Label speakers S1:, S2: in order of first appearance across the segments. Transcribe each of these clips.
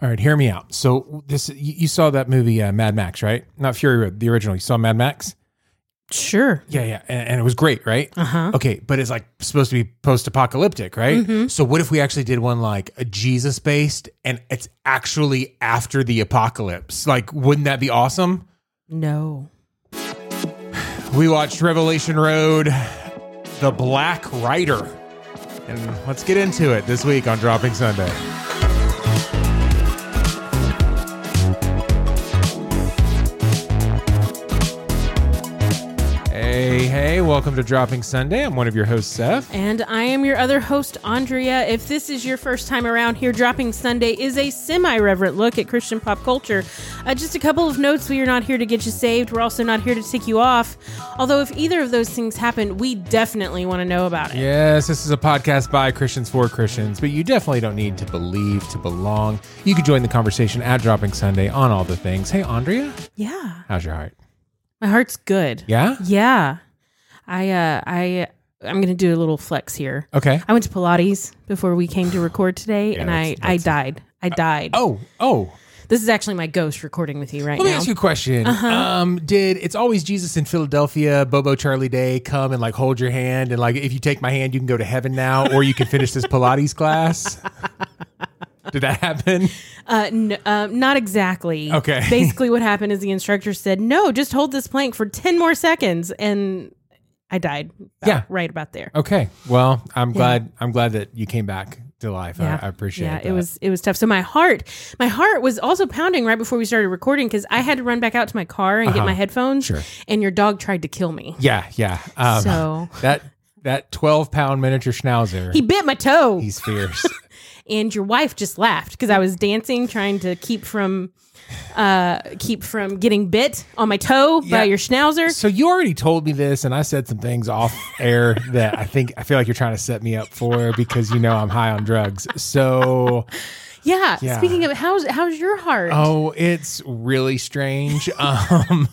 S1: All right, hear me out. So this you you saw that movie uh, Mad Max, right? Not Fury Road, the original. You saw Mad Max?
S2: Sure.
S1: Yeah, yeah, and, and it was great, right? Uh huh. Okay, but it's like supposed to be post-apocalyptic, right? So what if we actually did one like a Jesus-based, and it's actually after the apocalypse? Like, wouldn't that be awesome?
S2: No.
S1: We watched Revelation Road, The Black Rider, and let's get into it this week on Dropping Sunday. Hey, hey, welcome to Dropping Sunday. I'm one of your hosts, Seth.
S2: And I am your other host, Andrea. If this is your first time around here, Dropping Sunday is a semi reverent look at Christian pop culture. Uh, just a couple of notes we are not here to get you saved. We're also not here to tick you off. Although, if either of those things happen, we definitely want to know about it.
S1: Yes, this is a podcast by Christians for Christians, but you definitely don't need to believe to belong. You can join the conversation at Dropping Sunday on all the things. Hey, Andrea,
S2: Yeah.
S1: how's your heart?
S2: My heart's good.
S1: Yeah?
S2: Yeah. I, uh, I, I'm going to do a little flex here.
S1: Okay.
S2: I went to Pilates before we came to record today, and I,
S1: that's-
S2: I died. I died.
S1: Oh, oh.
S2: This is actually my ghost recording with you right
S1: Let me
S2: now.
S1: ask you a question.
S2: Uh-huh.
S1: Um, did It's Always Jesus in Philadelphia, Bobo Charlie Day come and like hold your hand and like if you take my hand, you can go to heaven now or you can finish this Pilates class? Did that happen?
S2: Uh, n- uh, not exactly.
S1: Okay.
S2: Basically, what happened is the instructor said, "No, just hold this plank for ten more seconds," and I died. about-
S1: Yeah.
S2: right about there.
S1: Okay. Well, I'm glad I'm glad that you came back to life. I, I appreciate
S2: Yeah,
S1: that.
S2: it was it was tough. So my heart, my heart was also pounding right before we started recording because I had to run back out to my car and get my headphones.
S1: Uh-huh. Sure.
S2: And your dog tried to kill me.
S1: Yeah, yeah. Um,
S2: So-
S1: that that twelve pound miniature schnauzer,
S2: He bit my toe,
S1: he's fierce.
S2: and your wife just laughed because I was dancing, trying to keep from, uh, keep from getting bit on my toe
S1: Yeah.
S2: by your schnauzer.
S1: so you already told me this, and I said some things off air that I think I feel like you're trying to set me up for because you know I'm high on drugs. So
S2: Yeah.
S1: Yeah.
S2: Speaking of how's how's your heart?
S1: oh, it's really strange. Um,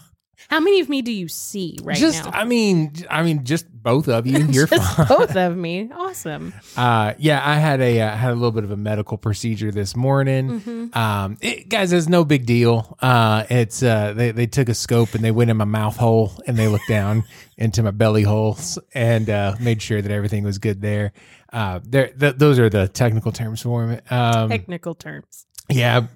S2: How many of me do you see right
S1: just
S2: now?
S1: I mean, I mean, just both of you. You're fine.
S2: Just both of me. Awesome.
S1: Uh, yeah, I had a uh, had a little bit of a medical procedure this morning. Um, it, guys, it's no big deal. Uh, it's uh, they they took a scope and they went in my mouth hole and they looked down into my belly holes and uh, made sure that everything was good there. Uh, there, th- those are the technical terms for it. Um,
S2: Technical terms.
S1: yeah,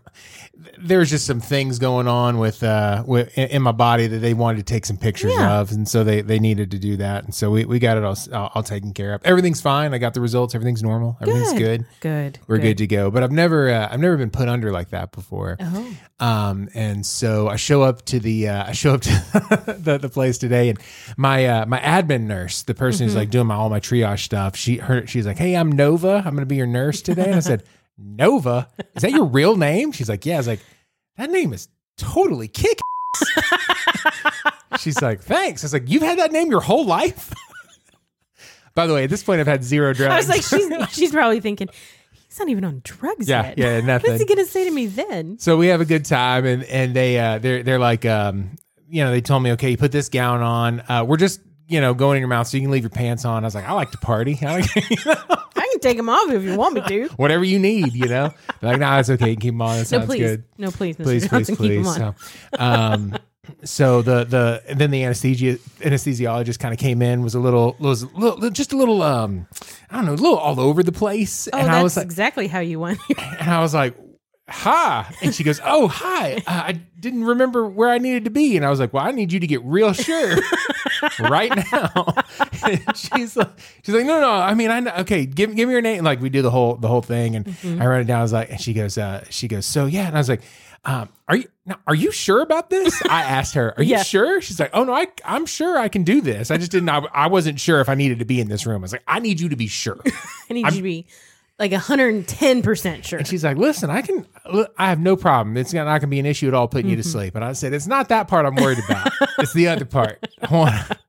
S1: there's just some things going on with uh with, in in my body that they wanted to take some pictures
S2: Yeah.
S1: of, and so they they needed to do that, and so we, we got it all, s- all all taken care of. Everything's fine. I got the results. Everything's normal. Everything's good.
S2: Good.
S1: We're good. to go. But I've never uh, I've never been put under like that before.
S2: Oh.
S1: Um, and so I show up to the uh, I show up to the, the place today, and my uh, my admin nurse, the person
S2: Mm-hmm.
S1: who's like doing my all my triage stuff, she her she's like, "Hey, I'm Nova. I'm going to be your nurse today." And I said, "Nova, is that your real name?" She's like, "Yeah." I was like, "That name is totally kick." she's like, "Thanks." I was like, "You've had that name your whole life." By the way, at this point, I've had zero drugs.
S2: I was like, she's she's probably thinking, he's not even on drugs
S1: Yeah,
S2: yet.
S1: yeah,
S2: What is he
S1: nothing.
S2: gonna say to me then?
S1: So we have a good time, and and they uh, they're they're like um, you know they told me okay you put this gown on uh, we're just you know going in your mouth so you can leave your pants on. I was like I like to party, I like,
S2: I can take him off if you want me to.
S1: whatever you need, you know. They're like no, it's okay, you can keep them on. That
S2: No,
S1: sounds
S2: please.
S1: good.
S2: No, please, Mr.
S1: Please, please,
S2: Johnson, keep him
S1: please.
S2: on.
S1: So, um, so the the and then the anesthesia anesthesiologist kind of came in was a little was a little, just a little um I don't know a little all over the place,
S2: oh,
S1: and
S2: that's
S1: I was like
S2: exactly how you want.
S1: and I was like, "Hi!" And she goes, "Oh, hi! Uh, I didn't remember where I needed to be." And I was like, "Well, I need you to get real sure right now." and she's like, "She's like, no, no. I mean, I know. Okay, give give me your name." And like we do the whole the whole thing, and I write it down. I was like, and she goes, uh, she goes, so yeah. And I was like. Um, are you now, are you sure about this? I asked her. Are you
S2: Yeah.
S1: sure? She's like, oh no, I I'm sure I can do this. I just didn't. I, I wasn't sure if I needed to be in this room. I was like, I need you to be sure.
S2: I need you to be like 110% sure.
S1: She's like, listen, I can, I have no problem. It's not going to be an issue at all putting you to sleep. And I said, it's not that part I'm worried about. it's the other part. I wanna-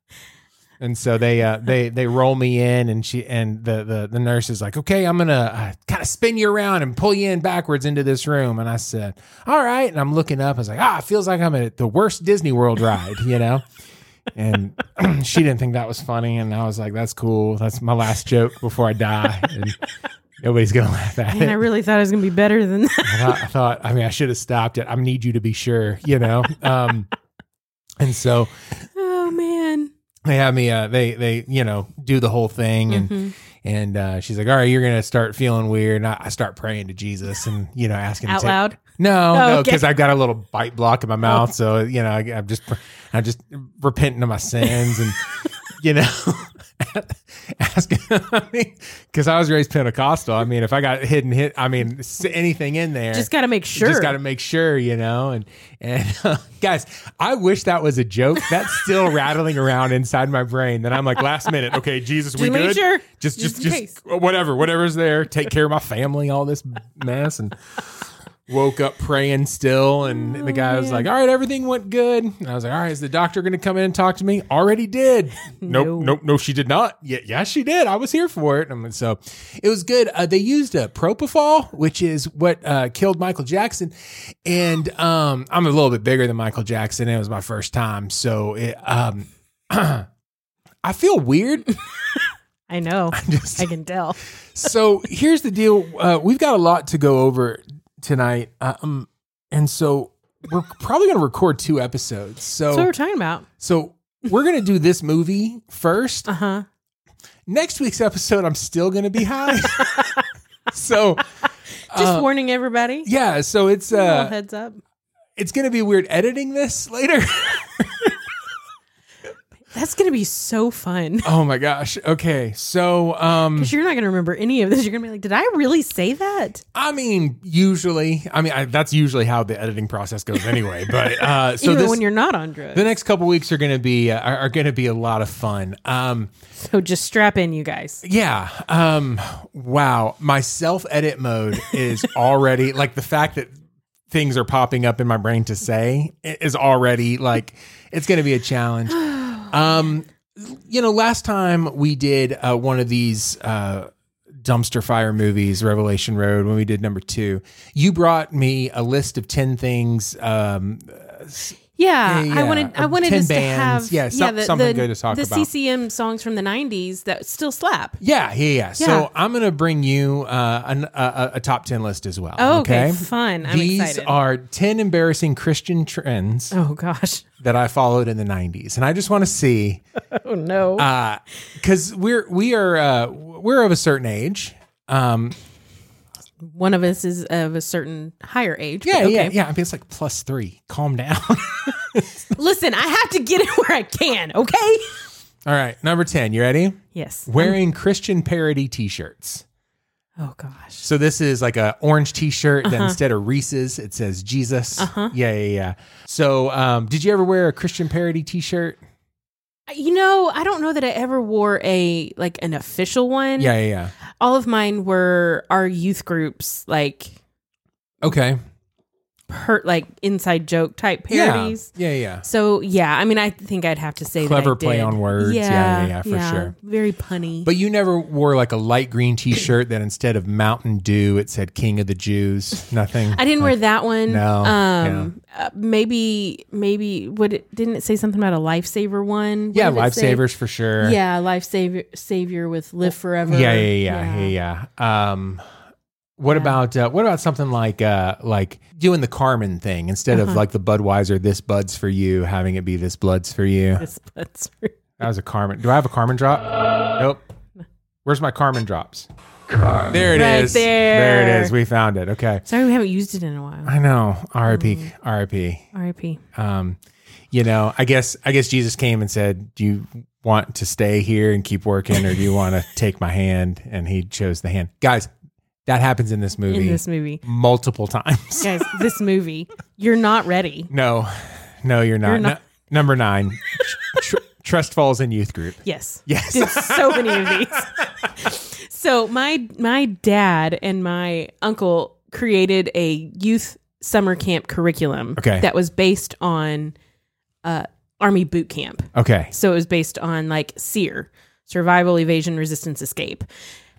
S1: and so they, uh, they, they roll me in and she, and the, the, the nurse is like, okay, I'm going to uh, kind of spin you around and pull you in backwards into this room. And I said, all right. And I'm looking up. I was like, ah, it feels like I'm at the worst Disney World ride, you know? And she didn't think that was funny. And I was like, that's cool. That's my last joke before I die. And Nobody's gonna laugh at
S2: And I
S1: it.
S2: really thought it was going to be better than that.
S1: I thought, I thought- I mean, I should have stopped it. I need you to be sure, you know. Um, and so
S2: Oh, man.
S1: they have me. Uh, they they you know do the whole thing, and
S2: Mhm.
S1: and uh, she's like, "All right, you're gonna start feeling weird." And I, I start praying to Jesus, and you know, asking
S2: Out
S1: to take-
S2: loud.
S1: No,
S2: Oh,
S1: no,
S2: okay. Oh.
S1: because I've got a little bite block in my mouth, so you know, I, I'm just I'm just repenting of my sins and you know. asking I mean, because I was raised Pentecostal. I mean, if I got hidden, hit, I mean, s- anything in there,
S2: Just got to make sure.
S1: just got to make sure, you know. And and uh, guys, I wish that was a joke. That's still rattling around inside my brain. That I'm like, last minute, okay, Jesus, we
S2: Just make
S1: good?
S2: sure.
S1: Just
S2: Just
S1: just
S2: in
S1: just,
S2: case.
S1: whatever, whatever's there. Take care of my family. All this mess and. Woke up praying still, and the guy
S2: Oh,
S1: was like, "All right, everything went good." And I was like, "All right, is the doctor going to come in and talk to me?" Already did.
S2: No.
S1: Nope, nope, no, she did not. Yeah, yeah, she did. I was here for it. And so it was good. Uh, they used a propofol, which is what uh, killed Michael Jackson. And um, I'm a little bit bigger than Michael Jackson. and It was my first time. So it, um, I feel weird.
S2: I know.
S1: Just-
S2: I can tell.
S1: so here's the deal. Uh, we've got a lot to go over tonight. Um, and so we're probably going to record two episodes.
S2: That's what
S1: So,
S2: we're talking about.
S1: so we're going to do this movie first.
S2: Uh huh.
S1: next week's episode, I'm still going to be high. so, uh,
S2: Just warning everybody.
S1: yeah, so it's
S2: A little
S1: uh,
S2: heads up.
S1: it's going to be weird editing this later.
S2: That's going to be so fun.
S1: oh my gosh. Okay, so um,
S2: Because you're not going to remember any of this. You're going to be like, did I really say that?
S1: I mean, usually, I mean, I, that's usually how the editing process goes anyway. But uh, so
S2: Even
S1: this.
S2: when you're not on drugs.
S1: the next couple weeks are going to be uh, are, are going to be a lot of fun. Um,
S2: so just strap in, you guys.
S1: Yeah. Um wow, my self edit mode is already like the fact that things are popping up in my brain to say i- is already like it's going to be a challenge. Um you know, last time we did uh, one of these uh dumpster fire movies, Revelation Road when we did number 2. You brought me a list of 10 things um
S2: Yeah,
S1: Yeah, yeah.
S2: I wanted I
S1: Or
S2: wanted
S1: tin
S2: us
S1: bands.
S2: to have
S1: Yeah, some- something
S2: the,
S1: good to talk
S2: the
S1: about.
S2: CCM songs from the '90s that still slap.
S1: yeah, yeah, yeah.
S2: Yeah.
S1: So I'm gonna bring you uh, an, a- a, a top ten list as well.
S2: Oh, okay, fun. I'm
S1: These
S2: excited.
S1: are 10 embarrassing Christian trends
S2: oh gosh.
S1: that I followed in the 90s. And I just want to see
S2: Oh no.
S1: uh cuz we're we are uh we're of a certain age. Um
S2: One of us is of a certain higher age. but
S1: yeah,
S2: okay.
S1: yeah, yeah. I mean it's like plus 3. Calm down.
S2: Listen, I have to get it where I can. Okay.
S1: All right, number 10. You ready?
S2: Yes.
S1: Wearing Christian parody t-shirts.
S2: Oh gosh.
S1: So this is like a orange t-shirt
S2: Uh-huh.
S1: that instead of Reese's it says Jesus. Yeah, yeah, yeah. So um did you ever wear a Christian parody t-shirt?
S2: You know, I don't know that I ever wore a like an official one.
S1: Yeah, yeah, yeah.
S2: All of mine were our youth groups like
S1: Okay.
S2: per like inside joke type parodies.
S1: Yeah. Yeah, yeah.
S2: So yeah, I mean, I think I'd have to say
S1: Clever
S2: that I
S1: play
S2: did.
S1: on words. Yeah, yeah, yeah, for sure.
S2: Very punny.
S1: But you never wore like a light green T-shirt that instead of Mountain Dew it said King of the Jews. Nothing.
S2: I didn't wear that one.
S1: No,
S2: Um, uh, maybe maybe would it didn't it say something about a lifesaver one? What
S1: yeah,
S2: did it say?
S1: lifesavers for sure.
S2: Yeah, lifesaver savior with live forever.
S1: yeah, yeah, yeah, yeah. yeah, yeah. Um, what about uh, what about something like uh, like doing the Carmen thing instead
S2: Uh-huh.
S1: of like the Budweiser this buds for you, having it be this bloods for you.
S2: That's- that's right.
S1: That was a Carmen. Do I have a Carmen drop? Nope. Where's my Carmen drops? There it is.
S2: Right
S1: There
S2: there.
S1: it is. We found it. Okay.
S2: Sorry, we haven't used it in a while.
S1: I know. R.I.P.
S2: Mm.
S1: R.I.P.
S2: R.I.P.
S1: um, you know, I guess I guess Jesus came and said, "Do you want to stay here and keep working, or do you want to take my hand?" And he chose the hand. Guys, that happens in this movie
S2: In this movie,
S1: multiple times.
S2: guys, this movie, you're not ready.
S1: no, no, you're not.
S2: You're not-
S1: Nu- number nine, tr- trust falls in youth group.
S2: Yes.
S1: Yes.
S2: did so many of these. So my my dad and my uncle created a youth summer camp curriculum
S1: Okay.
S2: that was based on uh, army boot camp.
S1: Okay.
S2: So it was based on like SEER, survival, evasion, resistance, escape.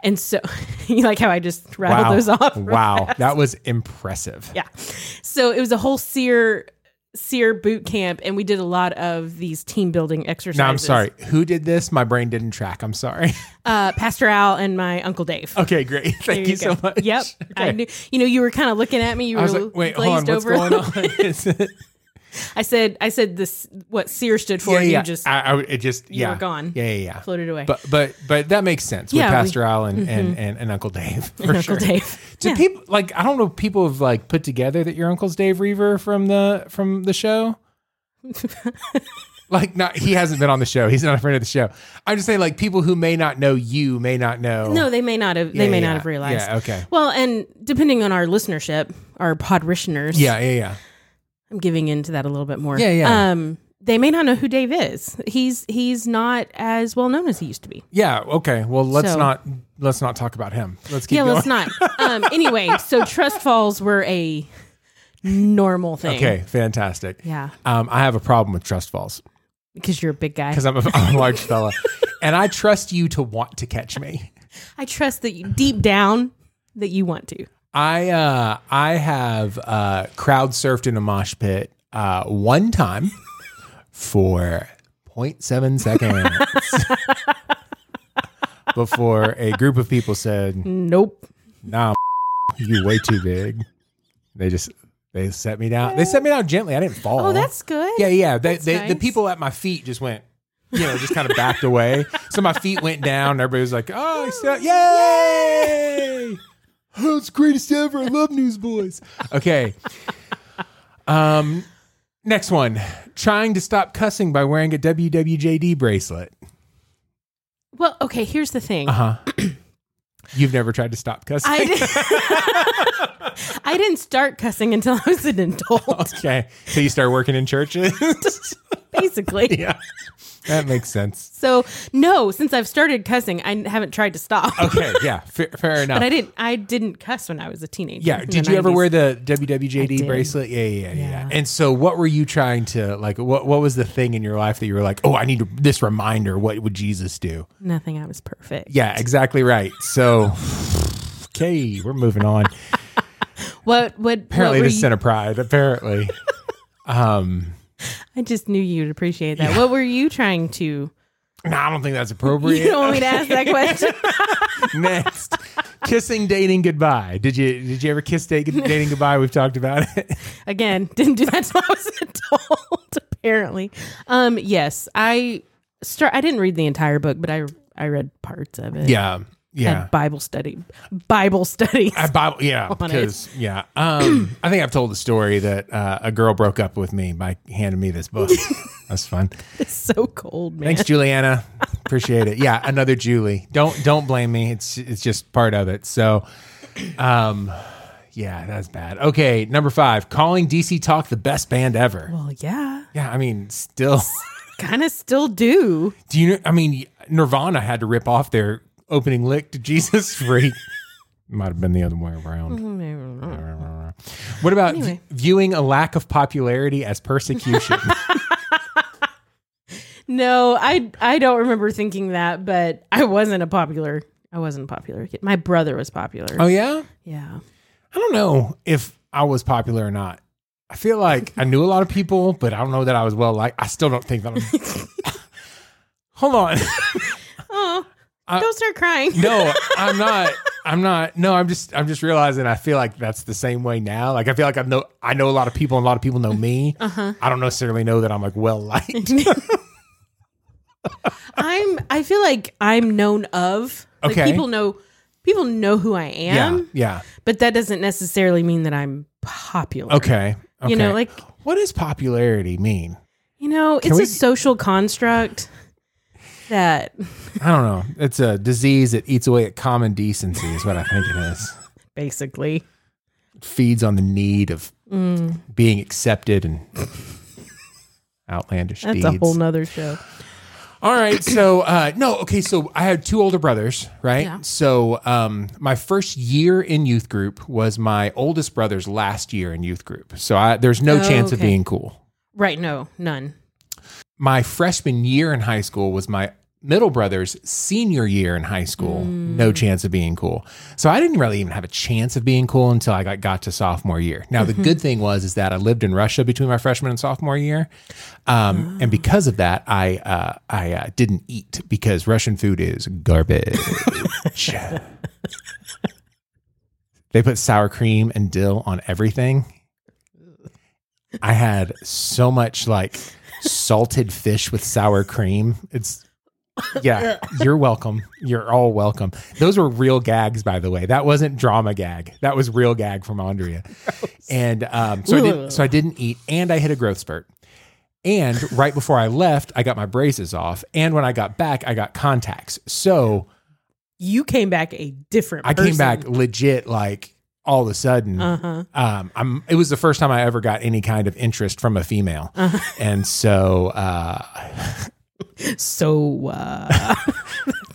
S2: And so you like how I just rattled
S1: Wow.
S2: those off.
S1: Wow, that was impressive.
S2: Yeah. So it was a whole SEER Sear boot camp, and we did a lot of these team building exercises.
S1: No, I'm sorry. Who did this? My brain didn't track. I'm sorry.
S2: Uh, Pastor Al and my uncle Dave.
S1: Okay, great. Oh, Thank you, so
S2: go.
S1: much.
S2: Yep, I
S1: Okay.
S2: knew. You know, you were kind of looking at me. You
S1: I
S2: were
S1: was like, wait, hold on. What's
S2: glazed over. a
S1: going
S2: little
S1: on? Is it-
S2: I said, I said this. What Sear stood for?
S1: yeah,
S2: and
S1: yeah.
S2: You just
S1: I, I, it just,
S2: you
S1: yeah.
S2: were gone.
S1: Yeah, yeah, yeah.
S2: floated away.
S1: But, but, but that makes sense with
S2: Yeah, we- Mm-hmm.
S1: Pastor Al and, and, and, and Uncle Dave. For
S2: Uncle
S1: sure.
S2: Dave.
S1: Do people like? I don't know. if People have like put together that your uncle's Dave Reaver from the from the show. like, not he hasn't been on the show. He's not a friend of the show. I'm just saying, like, people who may not know you may not know.
S2: No, they may not have.
S1: Yeah,
S2: they may
S1: yeah,
S2: not have realized.
S1: Yeah. Okay.
S2: Well, and depending on our listenership, our podritioners,
S1: Yeah. Yeah. Yeah.
S2: I'm giving into that a little bit more.
S1: Yeah, yeah.
S2: Um, they may not know who Dave is. He's he's not as well known as he used to be.
S1: Yeah. Okay. Well, let's
S2: So-
S1: not let's not talk about him. Let's keep
S2: yeah,
S1: going.
S2: let's not. Um, anyway, so trust falls were a normal thing.
S1: Okay. Fantastic.
S2: Yeah,
S1: Um, I have a problem with trust falls
S2: because you're a big guy.
S1: because I'm, a- I'm a large fella, and I trust you to want to catch me.
S2: I trust that you, deep down that you want to.
S1: I uh I have uh crowd surfed in a mosh pit uh one time for 0.7 seconds before a group of people said,
S2: Nope.
S1: "Nah, you way too big." They just they set me down. They set me down gently. I didn't fall.
S2: Oh, that's good.
S1: Yeah, yeah. They, they, The
S2: nice.
S1: people at my feet just went, you know, just kind of backed away. So my feet went down. And everybody was like, oh, I said, yay! Oh, it's the greatest ever. I love Newsboys. Okay. Um, next one. Trying to stop cussing by wearing a WWJD bracelet.
S2: Well, okay. Here's the thing.
S1: Uh huh. You've never tried to stop cussing.
S2: I didn't. I didn't start cussing until I was an adult,
S1: okay. So you start working in churches.
S2: basically.
S1: yeah. That makes sense.
S2: So no, since I've started cussing, I haven't tried to stop.
S1: Okay. Yeah. Fair, fair enough.
S2: But I didn't. I didn't cuss when I was a teenager.
S1: Yeah.
S2: in
S1: Did
S2: the
S1: you ever
S2: 90s.
S1: wear the
S2: I
S1: WWJD
S2: did.
S1: bracelet? Yeah, yeah, yeah, yeah.
S2: Yeah.
S1: And so, what were you trying to like? What What was the thing in your life that you were like, oh, I need to, this reminder? What would Jesus do?
S2: Nothing. I was perfect.
S1: Yeah, exactly right. So, okay, we're moving on.
S2: What? What?
S1: Apparently,
S2: what were
S1: this
S2: you-
S1: is center pride. Apparently, um,
S2: I just knew you'd appreciate that. What were you trying to?
S1: no, I don't think that's
S2: You
S1: appropriate.
S2: don't want me to ask that question.
S1: Next, kissing, dating, goodbye. Did you Did you ever kiss, date, dating goodbye? We've talked about it.
S2: Again, didn't do that till I was an adult. Apparently, um, yes, I start. I didn't read the entire book, but I I read parts of it.
S1: yeah, yeah.
S2: Had Bible study. Bible studies.
S1: I Bible, yeah,
S2: it.
S1: because yeah, um, I think I've told the story that uh, a girl broke up with me by handing me this book. That's fun.
S2: It's so cold, man.
S1: Thanks, Juliana. Appreciate it. Yeah, another Julie. Don't don't blame me. It's it's just part of it. So, um, yeah, that's bad. Okay, number five, calling DC Talk the best band ever.
S2: Well, yeah,
S1: Yeah, I mean, still,
S2: kind of still do.
S1: do you? know I mean, Nirvana had to rip off their opening lick to Jesus Freak. Might have been the other way around. What about v-
S2: Anyway.
S1: viewing a lack of popularity as persecution?
S2: No, I I don't remember thinking that, but I wasn't a popular. I wasn't a popular kid. My brother was popular.
S1: oh yeah,
S2: yeah.
S1: I don't know if I was popular or not. I feel like I knew a lot of people, but I don't know that I was well liked. I still don't think that. I'm... Hold on,
S2: Oh,
S1: I-
S2: don't start crying.
S1: no, I'm not. I'm not. No, I'm just. I'm just realizing. I feel like that's the same way now. Like I feel like I know. I know a lot of people, and a lot of people know me.
S2: Uh-huh.
S1: I don't necessarily know that I'm like well liked.
S2: I'm. I feel like I'm known of. Like
S1: Okay.
S2: People know. People know who I am,
S1: Yeah. Yeah.
S2: but that doesn't necessarily mean that I'm popular.
S1: Okay. Okay.
S2: You know, like
S1: what does popularity mean?
S2: you know, it's
S1: we-
S2: a social construct that
S1: I don't know. It's a disease that eats away at common decency, is what I think it is.
S2: basically.
S1: Feeds on the need of being accepted and outlandish
S2: That's
S1: deeds.
S2: a whole nother show.
S1: All right. So, uh, no, okay. So I had two older brothers, right?
S2: Yeah.
S1: So, um, my first year in youth group was my oldest brother's last year in youth group. So I, there's no
S2: Oh,
S1: chance of
S2: okay.
S1: being cool.
S2: Right? No, none.
S1: My freshman year in high school was my middle brother's senior year in high school. No chance of being cool. So I didn't really even have a chance of being cool until I got, got to sophomore year. Now the good thing was is that I lived in Russia between my freshman and sophomore year, um, and because of that, I uh, I uh, didn't eat because Russian food is garbage. they put sour cream and dill on everything. I had so much like salted fish with sour cream. It's yeah, you're welcome. You're all welcome. Those were real gags, by the way. That wasn't drama gag. That was real gag from Andrea. And um, so I didn't, so I didn't eat, and I hit a growth spurt. And right before I left, I got my braces off, and when I got back, I got contacts. So
S2: You came back a different.
S1: I came
S2: person.
S1: back legit, like all of a sudden.
S2: Uh-huh.
S1: Um, I'm. It was the first time I ever got any kind of interest from a female,
S2: Uh-huh.
S1: and so uh,
S2: So uh,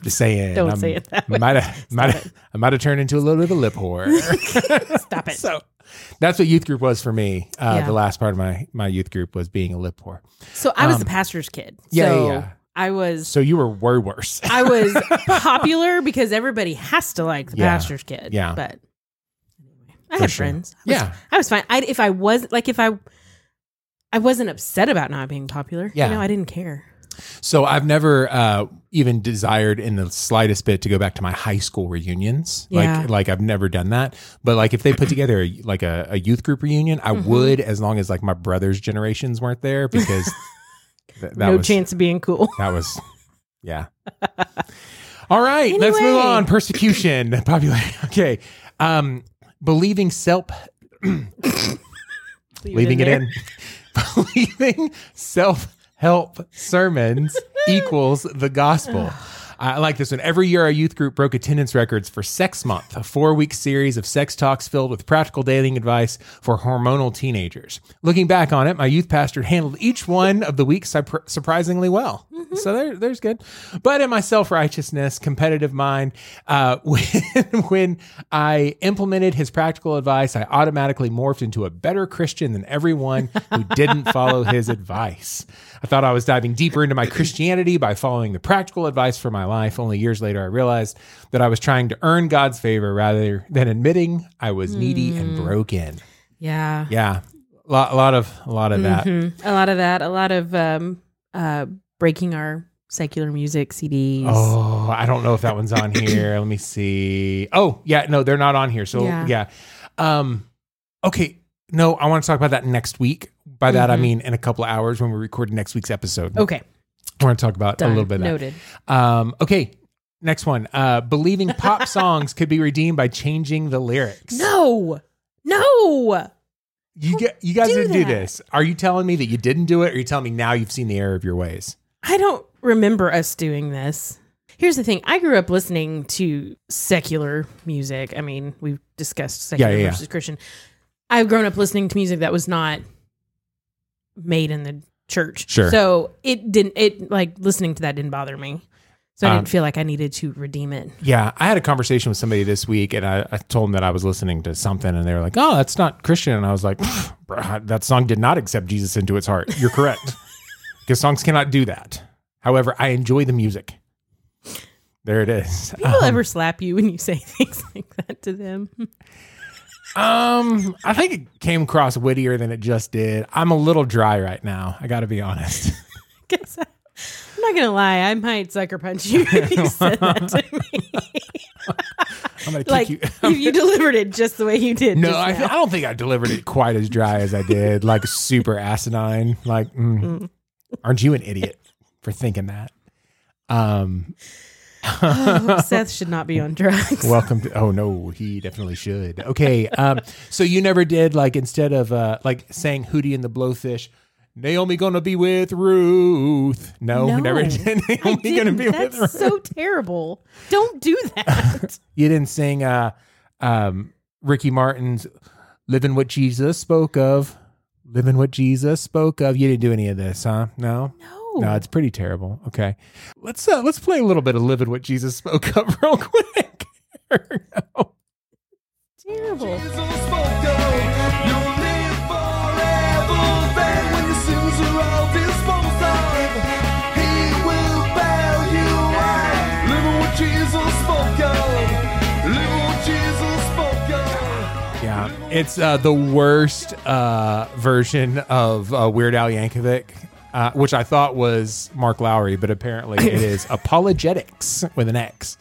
S1: just saying,
S2: Don't
S1: I'm-
S2: say it that way.
S1: Might have, might have, I might have turned into a little bit of a lip whore.
S2: stop it.
S1: so that's what youth group was for me. Uh,
S2: Yeah.
S1: The last part of my my youth group was being a lip whore.
S2: So I was the pastor's kid.
S1: um, yeah,
S2: so
S1: yeah, yeah.
S2: I was
S1: So you were way worse.
S2: I was popular because everybody has to like the
S1: Yeah.
S2: pastor's kid.
S1: Yeah.
S2: but I
S1: For
S2: had
S1: sure.
S2: friends. I was-
S1: Yeah.
S2: I was fine. I if I was like if I I wasn't upset about not being popular.
S1: Yeah.
S2: you know, I didn't care.
S1: So I've never uh, even desired in the slightest bit to go back to my high school reunions.
S2: Yeah.
S1: Like like I've never done that. But like if they put together a, like a, a youth group reunion, I
S2: Mm-hmm.
S1: would as long as like my brother's generations weren't there because th- that
S2: no
S1: was
S2: chance of being cool.
S1: that was yeah. All right, let's move
S2: Anyway.
S1: on. Persecution, popular. Okay, um, believing self leaving it in. Believing self help sermons equals the gospel. I like this one. Every year, our youth group broke attendance records for Sex Month, a four week series of sex talks filled with practical dating advice for hormonal teenagers. Looking back on it, my youth pastor handled each one of the weeks surpri- surprisingly well. So there, there's good. But in my self righteousness, competitive mind, uh, when, when I implemented his practical advice, I automatically morphed into a better Christian than everyone who didn't follow his advice. I thought I was diving deeper into my Christianity by following the practical advice for my life. Only years later, I realized that I was trying to earn God's favor rather than admitting I was needy and broken.
S2: Yeah,
S1: Yeah. A lot, a lot of a lot of that.
S2: Mhm. a lot of that. A lot of um, uh, breaking our secular music CDs.
S1: Oh, I don't know if that one's on here. Let me see. Oh, yeah, no, they're not on here. So
S2: Yeah.
S1: yeah. Um okay. No, I want to talk about that next week. By that I
S2: Mhm.
S1: mean in a couple of hours when we record next week's episode.
S2: Okay,
S1: I want to talk about
S2: Oh, done.
S1: a little bit of that.
S2: noted.
S1: Um okay. Next one. Uh believing pop songs could be redeemed by changing the lyrics.
S2: No, no.
S1: You get you guys
S2: do
S1: didn't do
S2: that.
S1: this. Are you telling me that you didn't do it or are you telling me now you've seen the error of your ways?
S2: I don't remember us doing this. Here's the thing I grew up listening to secular music. I mean, we've discussed secular
S1: yeah, yeah.
S2: versus Christian. I've grown up listening to music that was not made in the church.
S1: Sure.
S2: So it didn't, it like listening to that didn't bother me. So I
S1: Um,
S2: didn't feel like I needed to redeem it.
S1: Yeah, I had a conversation with somebody this week, and I, I told them that I was listening to something, and they were like, "Oh, that's not Christian." And I was like, "Bruh, "That song did not accept Jesus into its heart." You're correct, because songs cannot do that. However, I enjoy the music. There it is.
S2: People ever slap you when you say things like that to them?
S1: Um, I think it came across wittier than it just did. I'm a little dry right now. I got to be honest.
S2: Guess I, I'm not going to lie. I might sucker punch you if you said that to me.
S1: I'm gonna kick
S2: like
S1: you.
S2: if you delivered it just the way you did.
S1: No,
S2: just
S1: I,
S2: now.
S1: I don't think I delivered it quite as dry as I did. Like super asinine. Like, mm, aren't you an idiot for thinking that? Um,
S2: Seth should not be on drugs.
S1: welcome to. Oh no, he definitely should. Okay. Um, so you never did like instead of uh like saying Hootie and the Blowfish. Naomi gonna be with Ruth. No,
S2: No,
S1: never did.
S2: I
S1: Naomi gonna
S2: didn't.
S1: be with Ruth.
S2: That's so terrible. Don't do that.
S1: you didn't sing uh, um, Ricky Martin's "Living What Jesus Spoke Of." Living what Jesus spoke of. You didn't do any of this, huh? No,
S2: No.
S1: no. It's pretty terrible. Okay, let's uh, let's play a little bit of "Living What Jesus Spoke Of" real quick.
S2: terrible.
S3: Jesus spoke of, you'll live forever. Then when your sins are all disposed of, He will bow you
S1: It's uh, the worst uh, version of uh, Weird Al Yankovic, uh, which I thought was Mark Lowry, but apparently it is apologetics with an X.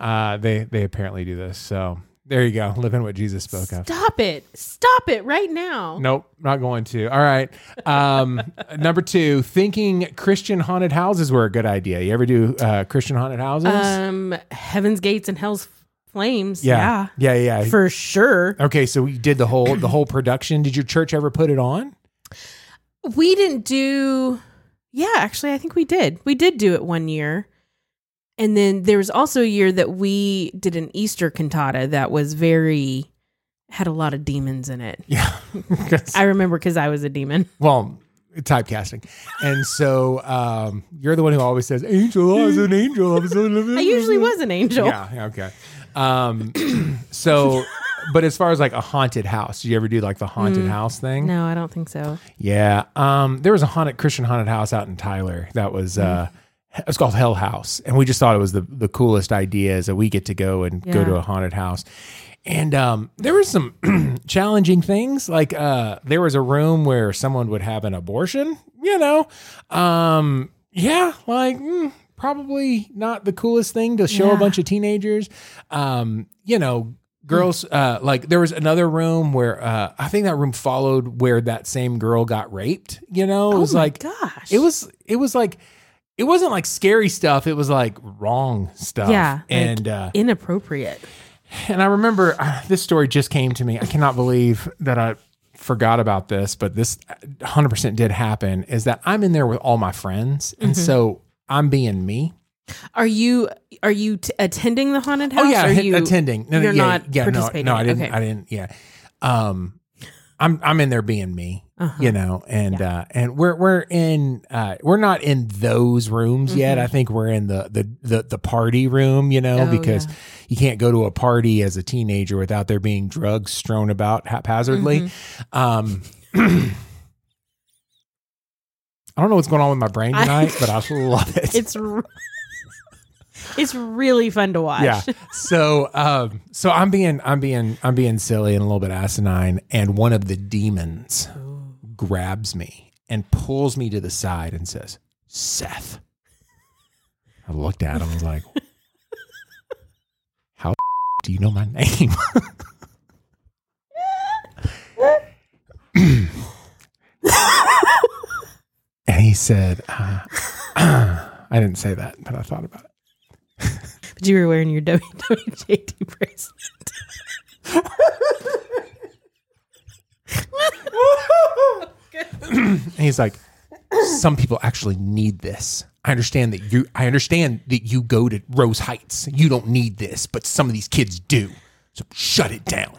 S1: Uh, they they apparently do this. So there you go, living what Jesus spoke of.
S2: Stop it. Stop it right now.
S1: Nope, not going to. All right. Um, number two, thinking Christian haunted houses were a good idea. You ever do uh, Christian haunted houses?
S2: Um, Heaven's Gates and Hell's Flames.
S1: yeah,
S2: Yeah.
S1: yeah, yeah.
S2: For sure.
S1: okay, so we did the whole the whole production. Did your church ever put it on?
S2: We didn't do. Yeah, actually, I think we did. We did do it one year. And then there was also a year that we did an Easter cantata that was very. had a lot of demons in it.
S1: Yeah. 'Cause-
S2: I remember because I was a demon.
S1: well, typecasting. And so um, you're the one who always says, Angel, I was an angel. I, was an
S2: I
S1: Mm-hmm.
S2: usually was an angel.
S1: Yeah, yeah, okay. Um, so, but as far as like a haunted house, do you ever do like the haunted
S2: Mm,
S1: house thing?
S2: No, I don't think so.
S1: Yeah. Um, there was a haunted Christian haunted house out in Tyler that was uh it was called Hell House. And we just thought it was the, the coolest idea is that we get to go and go
S2: Yeah.
S1: to a haunted house. And um, there were some challenging things. Like uh, there was a room where someone would have an abortion, you know. Um, yeah, like mm, probably not the coolest thing to show a
S2: Yeah.
S1: bunch of teenagers. Um, you know, girls
S2: Hmm.
S1: uh like there was another room where uh I think that room followed where that same girl got raped, you know? It was
S2: oh my
S1: like
S2: gosh.
S1: it was it was like it wasn't like scary stuff, it was like wrong stuff.
S2: Yeah, like-
S1: And uh
S2: inappropriate.
S1: and I remember uh, this story just came to me. I cannot believe that I forgot about this, but this 100% did happen is that I'm in there with all my friends and
S2: Mm-hmm.
S1: so I'm being me.
S2: Are you are you t- attending the haunted house?
S1: Oh yeah,
S2: Are
S1: att-
S2: you
S1: attending. No, no,
S2: you're
S1: yeah,
S2: not
S1: yeah,
S2: participating.
S1: No, no, I didn't.
S2: Okay.
S1: I didn't. Yeah, um, I'm I'm in there being me,
S2: Uh-huh.
S1: you know, and uh, and we're we're in uh, we're not in those rooms yet. I think we're in the the the, the party room, you know,
S2: Mm-hmm. Oh,
S1: because
S2: yeah.
S1: you can't go to a party as a teenager without there being drugs strewn about haphazardly.
S2: Mm-hmm.
S1: Um, I don't know what's going on with my brain
S2: I-
S1: tonight, but I love it.
S2: It's r- it's really fun to watch.
S1: Yeah. So um so I'm being I'm being I'm being silly and a little bit asinine and one of the demons grabs me and pulls me to the side and says, "Seth." I looked at him and was like, "How do you know my name?" and he said, uh, I didn't say that, but I thought about it.
S2: But you were wearing your WWJD bracelet.
S1: And he's like, some people actually need this. I understand that you I understand that you go to Rose Heights. You don't need this, but some of these kids do. So shut it down.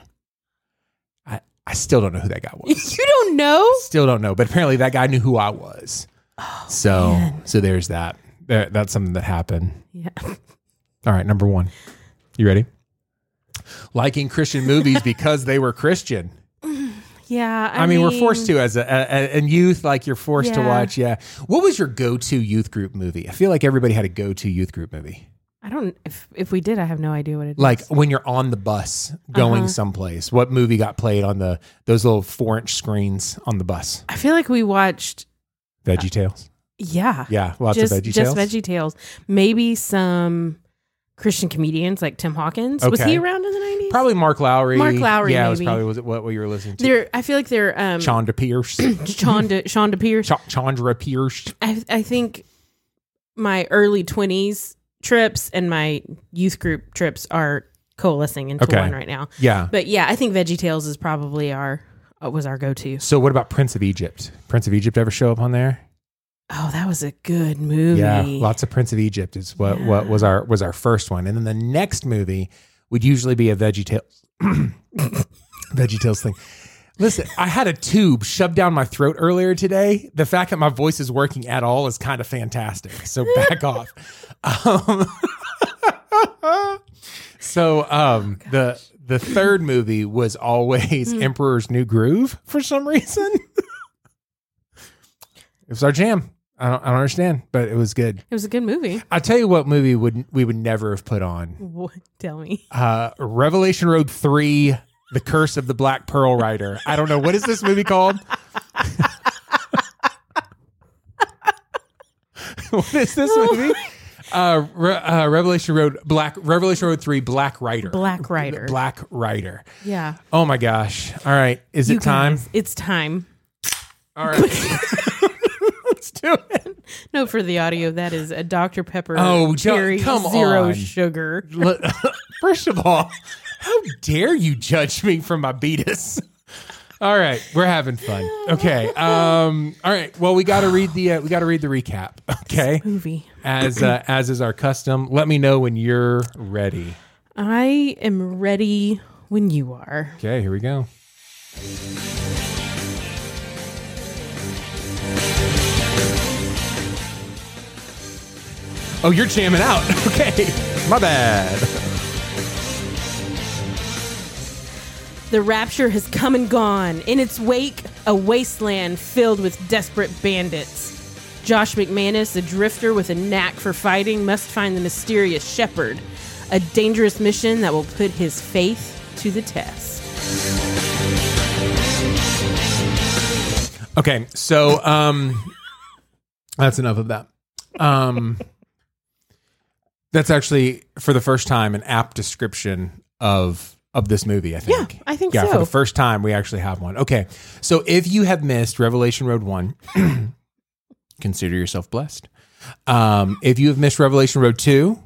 S1: I, I still don't know who that guy was.
S2: You don't know?
S1: still don't know, but apparently that guy knew who I was. so so there's that. There, that's something that happened.
S2: Yeah.
S1: All right, number one. You ready? Liking Christian movies because they were Christian.
S2: Yeah. I,
S1: I mean, we're forced to as a, a, a in youth, like you're forced to
S2: Yeah.
S1: watch. Yeah. What was your go-to youth group movie? I feel like everybody had a go-to youth group movie.
S2: I don't if if we did, I have no idea what it is.
S1: Like when you're on the bus going
S2: Uh-huh.
S1: someplace, what movie got played on the those little four-inch screens on the bus?
S2: I feel like we watched
S1: Veggie Tales.
S2: yeah.
S1: Yeah, lots
S2: Uh, just
S1: of Veggie Tales.
S2: just Veggie Tales. Maybe some Christian comedians like Tim Hawkins. Was
S1: Okay.
S2: he around in the 90s?
S1: Probably Mark Lowry.
S2: Mark Lowry,
S1: Yeah, it was
S2: maybe.
S1: probably was it what you were listening to.
S2: They're, I feel like they're um
S1: Chandra Pierce. Ch-
S2: Chonda, Shonda Pierce.
S1: Chandra Pierce.
S2: I, I think my early 20s trips and my youth group trips are coalescing into
S1: Okay.
S2: one right now.
S1: Yeah.
S2: But yeah, I think Veggie Tales is probably our uh, was our go-to.
S1: So what about Prince of Egypt? Prince of Egypt ever show up on there?
S2: Oh, that was a good movie.
S1: Yeah, lots of Prince of Egypt is what what was our was our first one, and then the next movie would usually be a VeggieTales VeggieTales thing. Listen, I had a tube shoved down my throat earlier today. The fact that my voice is working at all is kind of fantastic. So back off. Um, so um, the the third movie was always Emperor's New Groove for some reason. it was our jam. I don't, I don't understand, but it was good.
S2: It was a good movie.
S1: I'll tell you what movie would we would never have put on.
S2: What? Tell me.
S1: Uh Revelation Road 3 The Curse of the Black Pearl Rider. I don't know. What is this movie called? what is this movie? Uh, Re- uh, Revelation Road Black Revelation Road 3 Black Rider.
S2: Black Rider.
S1: Black Rider.
S2: yeah.
S1: Oh my gosh. All right. Is
S2: You
S1: it time?
S2: guys, It's time.
S1: All right. Let's do it.
S2: No, for the audio, that is a Dr. Pepper.
S1: Oh, Jo-
S2: Cherry
S1: come
S2: zero
S1: on.
S2: sugar.
S1: Look, First of all, how dare you judge me for my beatus? All right, we're having fun. Okay. Um, all right. Well, we got to read the uh, we got to read the recap. Okay.
S2: Movie.
S1: As uh, as is our custom, let me know when you're ready.
S2: I am ready when you are.
S1: Okay. Here we go. Oh, you're jamming out. Okay. My bad.
S2: The rapture has come and gone. In its wake, a wasteland filled with desperate bandits. Josh McManus, a drifter with a knack for fighting, must find the mysterious shepherd, a dangerous mission that will put his faith to the test.
S1: Okay, so um, that's enough of that. Um, that's actually for the first time an apt description of of this movie. I think.
S2: Yeah, I think
S1: yeah. For
S2: so.
S1: the first time, we actually have one. Okay, so if you have missed Revelation Road One, consider yourself blessed. Um, if you have missed Revelation Road Two,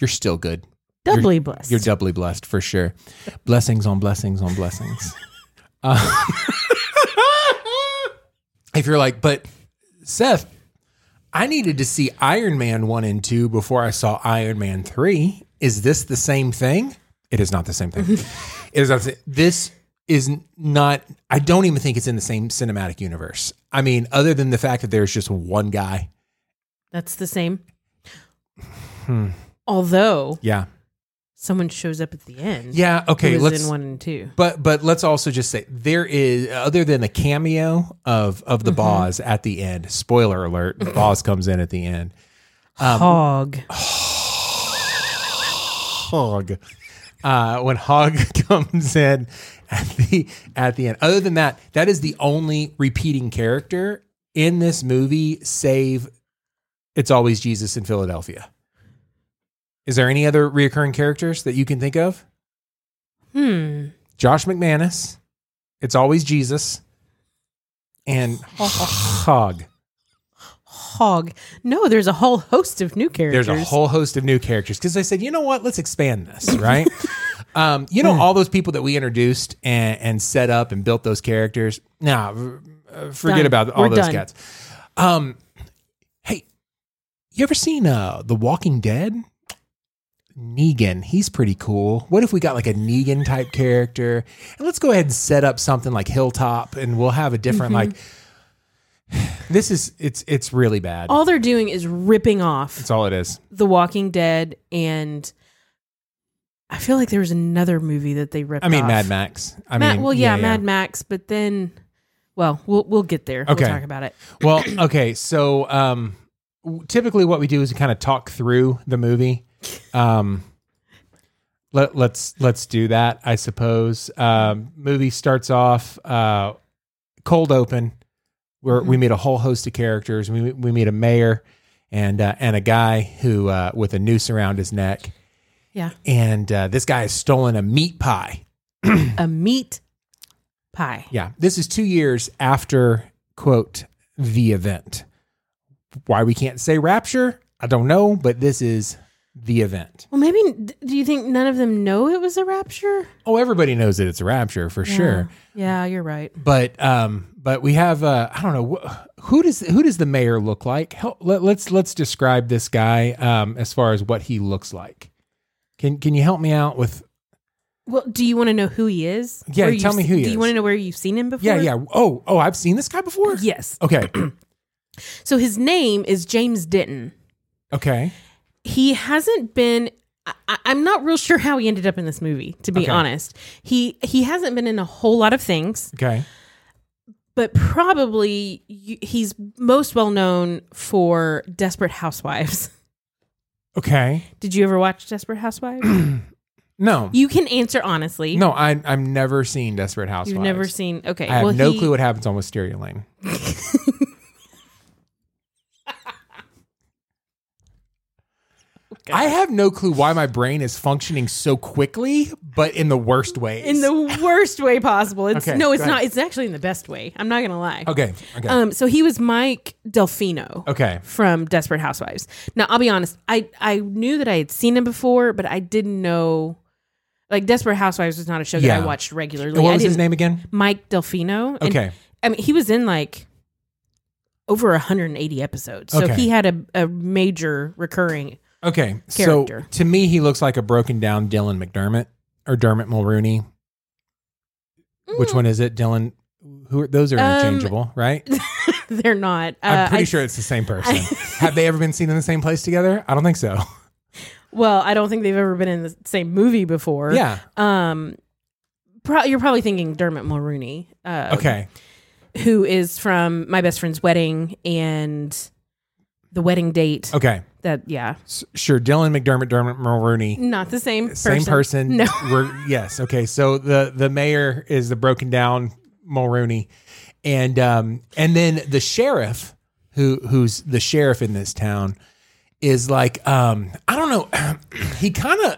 S1: you're still good.
S2: Doubly blessed.
S1: You're doubly blessed for sure. Blessings on blessings on blessings. Uh, if you're like, but Seth, I needed to see Iron Man 1 and 2 before I saw Iron Man 3. Is this the same thing? It is not the same thing. it is not the, this is not I don't even think it's in the same cinematic universe. I mean, other than the fact that there's just one guy.
S2: That's the same.
S1: Hmm.
S2: Although
S1: Yeah.
S2: someone shows up at the end.
S1: Yeah, okay,
S2: who was
S1: let's
S2: in one and two.
S1: But but let's also just say there is other than the cameo of of the Boz at the end. Spoiler alert: the Boz comes in at the end. um,
S2: Hog.
S1: Hog, uh, when Hog comes in at the at the end. Other than that, that is the only repeating character in this movie, save it's always Jesus in Philadelphia. Is there any other reoccurring characters that you can think of?
S2: Hmm.
S1: Josh McManus. It's always Jesus. And Hog.
S2: Hog. No, there's a whole host of new characters.
S1: There's a whole host of new characters because they said, you know what? Let's expand this, right? um, you
S2: Hmm.
S1: know, all those people that we introduced and, and set up and built those characters. Nah, uh, forget
S2: Done.
S1: about all
S2: We're
S1: those
S2: done.
S1: cats. Um, hey, you ever seen uh, The Walking Dead? Negan, he's pretty cool. What if we got like a Negan type character? And let's go ahead and set up something like Hilltop, and we'll have a different
S2: Mm-hmm.
S1: like. This is it's it's really bad.
S2: All they're doing is ripping off
S1: That's all it is.
S2: The Walking Dead and I feel like there was another movie that they ripped
S1: I mean,
S2: off.
S1: Mad Max. I
S2: Ma-
S1: mean,
S2: well, yeah, Mad Max, but then well, we'll we'll get there.
S1: Okay.
S2: We'll talk about it.
S1: Well, okay. So, um, w- typically, what we do is we kind of talk through the movie. Um, let, let's let's do that, I suppose. Um, movie starts off uh, cold open. Where
S2: Mm-hmm.
S1: we meet a whole host of characters. We we meet a mayor and uh, and a guy who uh, with a noose around his neck.
S2: Yeah.
S1: And uh, this guy has stolen a meat pie
S2: A meat pie.
S1: Yeah. This is two years after, quote, the event. Why we can't say rapture, I don't know, but this is the event.
S2: Well, maybe d- do you think none of them know it was a rapture?
S1: Oh, everybody knows that it's a rapture for sure.
S2: Yeah, you're right.
S1: But um but we have uh I don't know wh- who does who does the mayor look like? Help, let, let's let's describe this guy um as far as what he looks like. Can can you help me out with
S2: Well, do you want to know who he is?
S1: Yeah,
S2: Where you
S1: tell me
S2: se-
S1: who he
S2: Do
S1: is.
S2: you want to know where you've seen him before?
S1: Yeah, yeah. Oh, oh, I've seen this guy before?
S2: Yes.
S1: Okay.
S2: So his name is James Denton.
S1: Okay.
S2: He hasn't been. I, I- I'm not real sure how he ended up in this movie. To be
S1: Okay.
S2: honest, he he hasn't been in a whole lot of things,
S1: Okay.
S2: but probably y- he's most well known for Desperate Housewives.
S1: Okay.
S2: Did you ever watch Desperate Housewives?
S1: No,
S2: You can answer honestly.
S1: no, I, I've never seen Desperate Housewives.
S2: You've never seen. Okay.
S1: I have
S2: well,
S1: no
S2: he-
S1: clue what happens on Wisteria Lane. I have no clue why my brain is functioning so quickly, but in the worst ways.
S2: in the worst way possible. It's
S1: Okay,
S2: no, it's
S1: go ahead.
S2: not. It's actually in the best way. I'm not gonna lie.
S1: okay, okay,
S2: Um, so he was Mike Delfino.
S1: okay.
S2: From Desperate Housewives. Now I'll be honest. I I knew that I had seen him before, but I didn't know. Like Desperate Housewives was not a show that
S1: Yeah.
S2: I watched regularly.
S1: And what
S2: I
S1: was his
S2: didn't-
S1: name again?
S2: Mike Delfino. And,
S1: Okay.
S2: I mean, he was in like over 180 episodes. So
S1: Okay.
S2: he had a, a major recurring.
S1: Okay,
S2: Character.
S1: so to me, he looks like a broken down Dylan McDermott or Dermot Mulrooney. Which one is it, Dylan? Who are, those are
S2: Mm. Um,
S1: interchangeable, right?
S2: They're not. Uh,
S1: I'm pretty
S2: I-
S1: sure it's the same person. Have they ever been seen in the same place together? I don't think so.
S2: Well, I don't think they've ever been in the same movie before.
S1: Yeah.
S2: Um, pro- you're probably thinking Dermot Mulrooney, uh,
S1: Okay.
S2: who is from My Best Friend's Wedding and the wedding date.
S1: Okay.
S2: That yeah,
S1: S- sure. Dylan McDermott, Dermot Mulrooney,
S2: not the same person.
S1: same person.
S2: No,
S1: We're, yes. Okay. So the the mayor is the broken down Mulrooney, and um and then the sheriff who who's the sheriff in this town is like um I don't know he kind of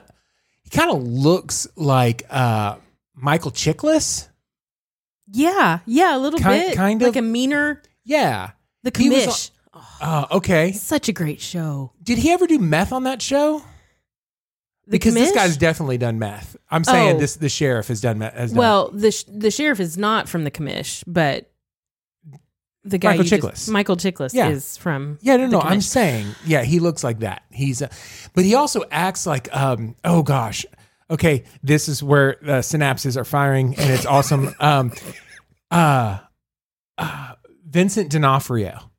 S1: he kind of looks like uh Michael Chiklis.
S2: yeah, yeah, a little
S1: Ki-
S2: bit,
S1: kind of.
S2: like a meaner.
S1: Yeah.
S2: The
S1: He was
S2: commish.
S1: Uh, okay.
S2: Such a great show.
S1: Did he ever do meth on that show?
S2: The
S1: because this
S2: commish?
S1: guy's definitely done meth. I'm saying
S2: Oh.
S1: this the sheriff has done meth. Has done
S2: well, the sh- the sheriff is not from the commish, but the guy
S1: Michael
S2: you just-
S1: Chiklis.
S2: Michael Chiklis
S1: Yeah.
S2: is from
S1: yeah, no,
S2: the
S1: no. I'm
S2: commish.
S1: saying, yeah, he looks like that. He's, uh, but he also acts like, um, oh gosh, okay, this is where uh, synapses are firing, and it's awesome. um, uh, uh, Vincent D'Onofrio.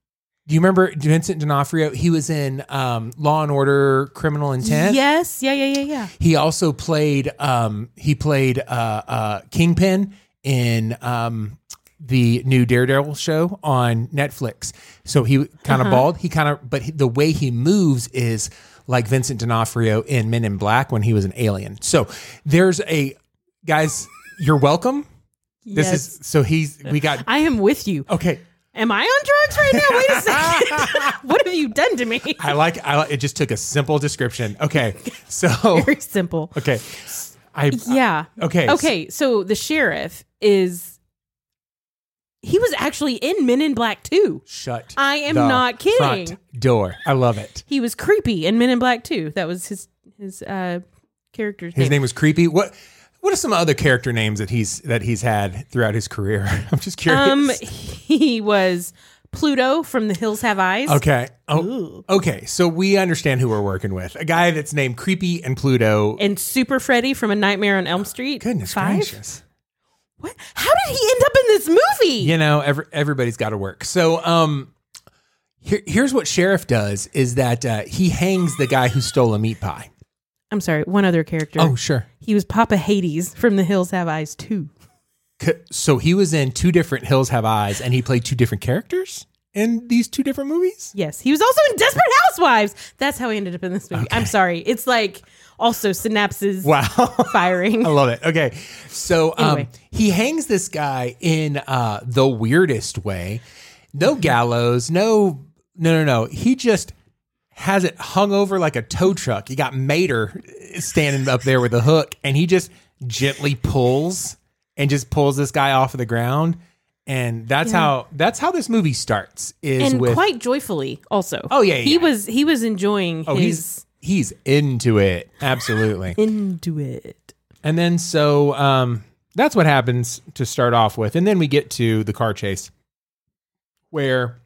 S1: Do you remember Vincent D'Onofrio? He was in um, Law and Order: Criminal Intent.
S2: Yes, yeah, yeah, yeah, yeah.
S1: He also played um he played uh uh Kingpin in um the new Daredevil show on Netflix. So he kind of bald. He kind of but he, the way he moves is like Vincent D'Onofrio in Men in Black when he was an alien. So there's a guys, you're welcome. This
S2: yes.
S1: is so he's we got
S2: I am with you.
S1: okay.
S2: Am I on drugs right now? Wait a second. what have you done to me?
S1: I like I like, it just took a simple description. Okay. So
S2: Very simple.
S1: okay. I
S2: Yeah.
S1: okay.
S2: Okay, so the sheriff is he was actually in Men in Black too.
S1: Shut.
S2: I am
S1: the
S2: not kidding.
S1: front door. I love it.
S2: He was creepy in Men in Black too. That was his his uh character's
S1: His name was creepy. What? What are some other character names that he's that he's had throughout his career? I'm just curious.
S2: Um he was Pluto from The Hills Have Eyes.
S1: okay. Oh,
S2: Ooh.
S1: okay. So we understand who we're working with. A guy that's named Creepy and Pluto.
S2: And Super Freddy from A Nightmare on Elm Street.
S1: Goodness
S2: Five?
S1: gracious!
S2: What? How did he end up in this movie?
S1: You know, every, everybody's got to work. So, um, here, here's what Sheriff does: is that uh, he hangs the guy who stole a meat pie.
S2: I'm sorry, one other character.
S1: Oh, sure.
S2: He was Papa Hades from The Hills Have Eyes too.
S1: C- So he was in two different Hills Have Eyes, and he played two different characters in these two different movies.
S2: Yes, he was also in Desperate Housewives. That's how he ended up in this movie. I'm sorry. It's like also synapses
S1: Wow. Oh,
S2: firing.
S1: I love it. Okay. So um,
S2: Anyway.
S1: he hangs this guy in uh, the weirdest way.
S2: Mm-hmm.
S1: No gallows, no, no, no, no. He just has it hung over like a tow truck. You got Mater standing up there with a hook, and he just gently pulls and just pulls this guy off of the ground. And that's how that's how this movie starts. Is
S2: And
S1: with
S2: quite joyfully also.
S1: Oh, yeah, yeah,
S2: He
S1: yeah.
S2: was he was enjoying
S1: oh,
S2: his
S1: he's he's into it absolutely.
S2: into it.
S1: And then so um, that's what happens to start off with. And then we get to the car chase where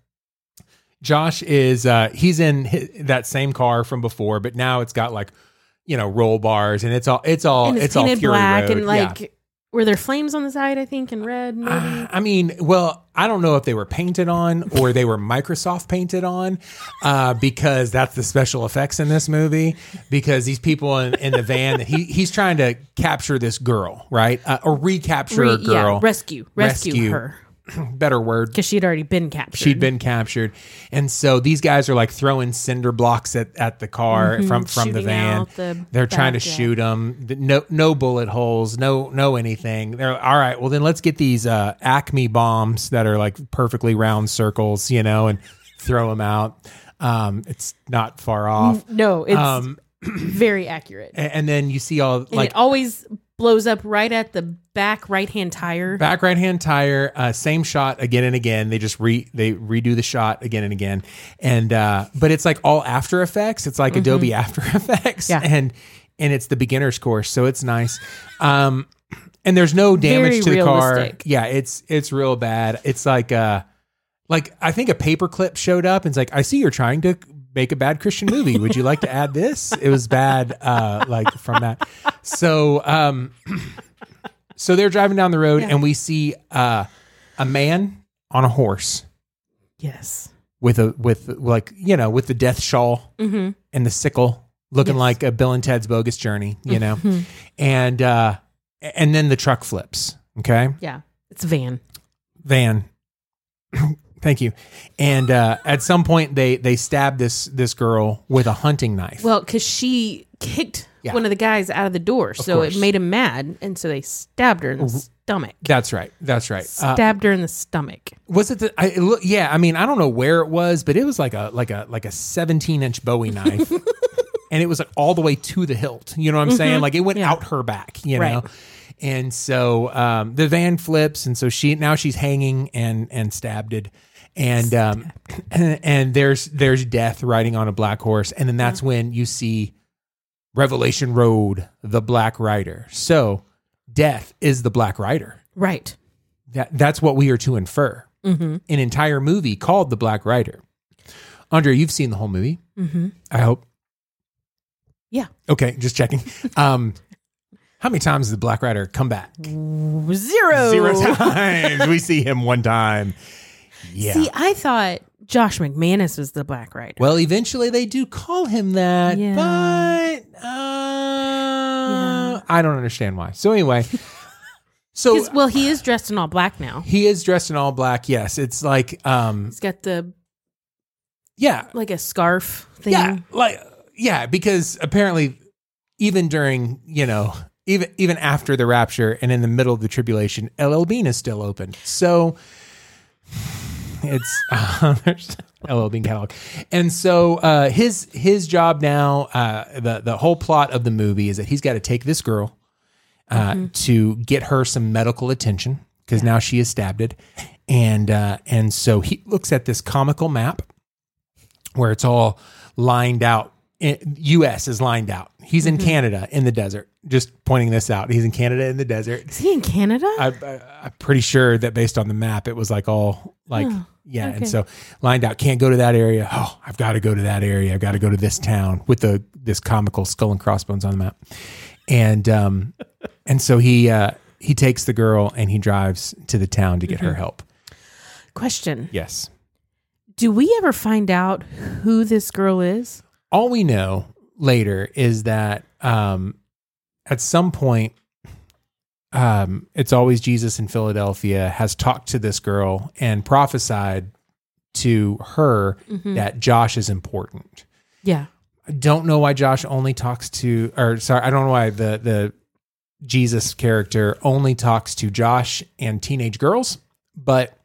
S1: Josh is, uh, he's in hi that same car from before, but now it's got like, you know, roll bars and it's all, it's all,
S2: and
S1: Oh, it's,
S2: it's,
S1: all
S2: painted
S1: Fury
S2: black
S1: Road.
S2: and
S1: Yeah.
S2: like were there flames on the side, I think, and red maybe?
S1: Uh, I mean, well, I don't know if they were painted on or they were Microsoft painted on, uh, because that's the special effects in this movie. Because these people in, in the van that he he's trying to capture this girl, right, uh, or recapture
S2: Re-
S1: a girl,
S2: Yeah, rescue, rescue.
S1: Rescue.
S2: her.
S1: better word.
S2: because she'd already been captured.
S1: She'd been captured, and so these guys are like throwing cinder blocks at, at the car from from the
S2: Mm-hmm. Shooting
S1: van.
S2: out the
S1: They're trying to
S2: back, yeah.
S1: shoot them. No no bullet holes. No no anything. They're like, all right. Well then let's get these uh, Acme bombs that are like perfectly round circles, you know, and throw them out. Um, it's not far
S2: Mm.
S1: off.
S2: No, it's very accurate.
S1: A- Um, And then you see all
S2: And
S1: like
S2: it always blows up right at the back right hand tire.
S1: back right hand tire uh, same shot again and again they just re they redo the shot again and again and uh but it's like all after effects it's like adobe after effects
S2: Mm-hmm. Yeah.
S1: and and it's the beginner's course so it's nice um and there's no damage
S2: Very
S1: to the car
S2: realistic.
S1: yeah it's it's real bad it's like uh like i think a paperclip showed up and it's like i see you're trying to make a bad christian movie would you like to add this it was bad uh like from that so um so they're driving down the road and we see uh a man on a horse
S2: Yes.
S1: with a with like you know with the death shawl
S2: Mm-hmm.
S1: and the sickle looking
S2: Yes.
S1: like a bill and ted's bogus journey you know
S2: Mm-hmm.
S1: and uh and then the truck flips okay
S2: Yeah. It's a van.
S1: van thank you and uh at some point they they stab this this girl with a hunting knife
S2: Well, because she kicked
S1: Yeah.
S2: one of the guys out of the door, so
S1: course.
S2: it made him mad, and so they stabbed her in the stomach.
S1: that's right that's right uh,
S2: Stabbed her in the stomach.
S1: was it the I, it look, yeah i mean i don't know where it was but it was like a like a like a 17 inch bowie knife and it was like all the way to the hilt you know what i'm saying like it went out her back you
S2: Right.
S1: know and so um the van flips and so she now she's hanging and and stabbed it and um and there's there's death riding on a black horse and then that's when you see revelation road the black rider so death is the black rider
S2: Right.
S1: that that's what we are to infer.
S2: Mm-hmm.
S1: An entire movie called The Black Rider. Andre, you've seen the whole movie.
S2: Mm-hmm.
S1: I hope.
S2: Yeah.
S1: Okay, just checking. Um, how many times did the Black Rider come back?
S2: Zero.
S1: Zero times. we see him one time. Yeah.
S2: See, I thought Josh McManus was the Black Rider.
S1: well, eventually they do call him that,
S2: Yeah.
S1: but uh, I don't understand why. So anyway, so uh,
S2: 'Cause- well, he is dressed in all black now.
S1: he is dressed in all black. Yes, it's like um,
S2: He's got the
S1: yeah,
S2: like a scarf thing.
S1: Yeah, like yeah, because apparently, even during you know, even even after the rapture and in the middle of the tribulation, LL Bean is still open. So it's uh, there's LL Bean catalog, and so uh, his his job now, uh, the the whole plot of the movie is that he's got to take this girl uh, to get her some medical attention because now she is stabbed it. And uh, and so he looks at this comical map where it's all lined out. I- U.S. is lined out. He's in Canada in the desert. Just pointing this out. He's in Canada in the desert.
S2: Is he in Canada?
S1: I, I, I'm pretty sure that based on the map, it was like all like yeah,
S2: okay.
S1: and so lined out. Can't go to that area. Oh, I've got to go to that area. I've got to go to this town with the this comical skull and crossbones on the map, and um, and so he uh he takes the girl and he drives to the town to get her help.
S2: Question:
S1: Yes,
S2: Do we ever find out who this girl is?
S1: all we know later is that um at some point. Um, it's always Jesus in Philadelphia has talked to this girl and prophesied to her
S2: Mm. Mm-hmm.
S1: that Josh is important.
S2: Yeah.
S1: I don't know why Josh only talks to, or sorry, I don't know why the the Jesus character only talks to Josh and teenage girls, but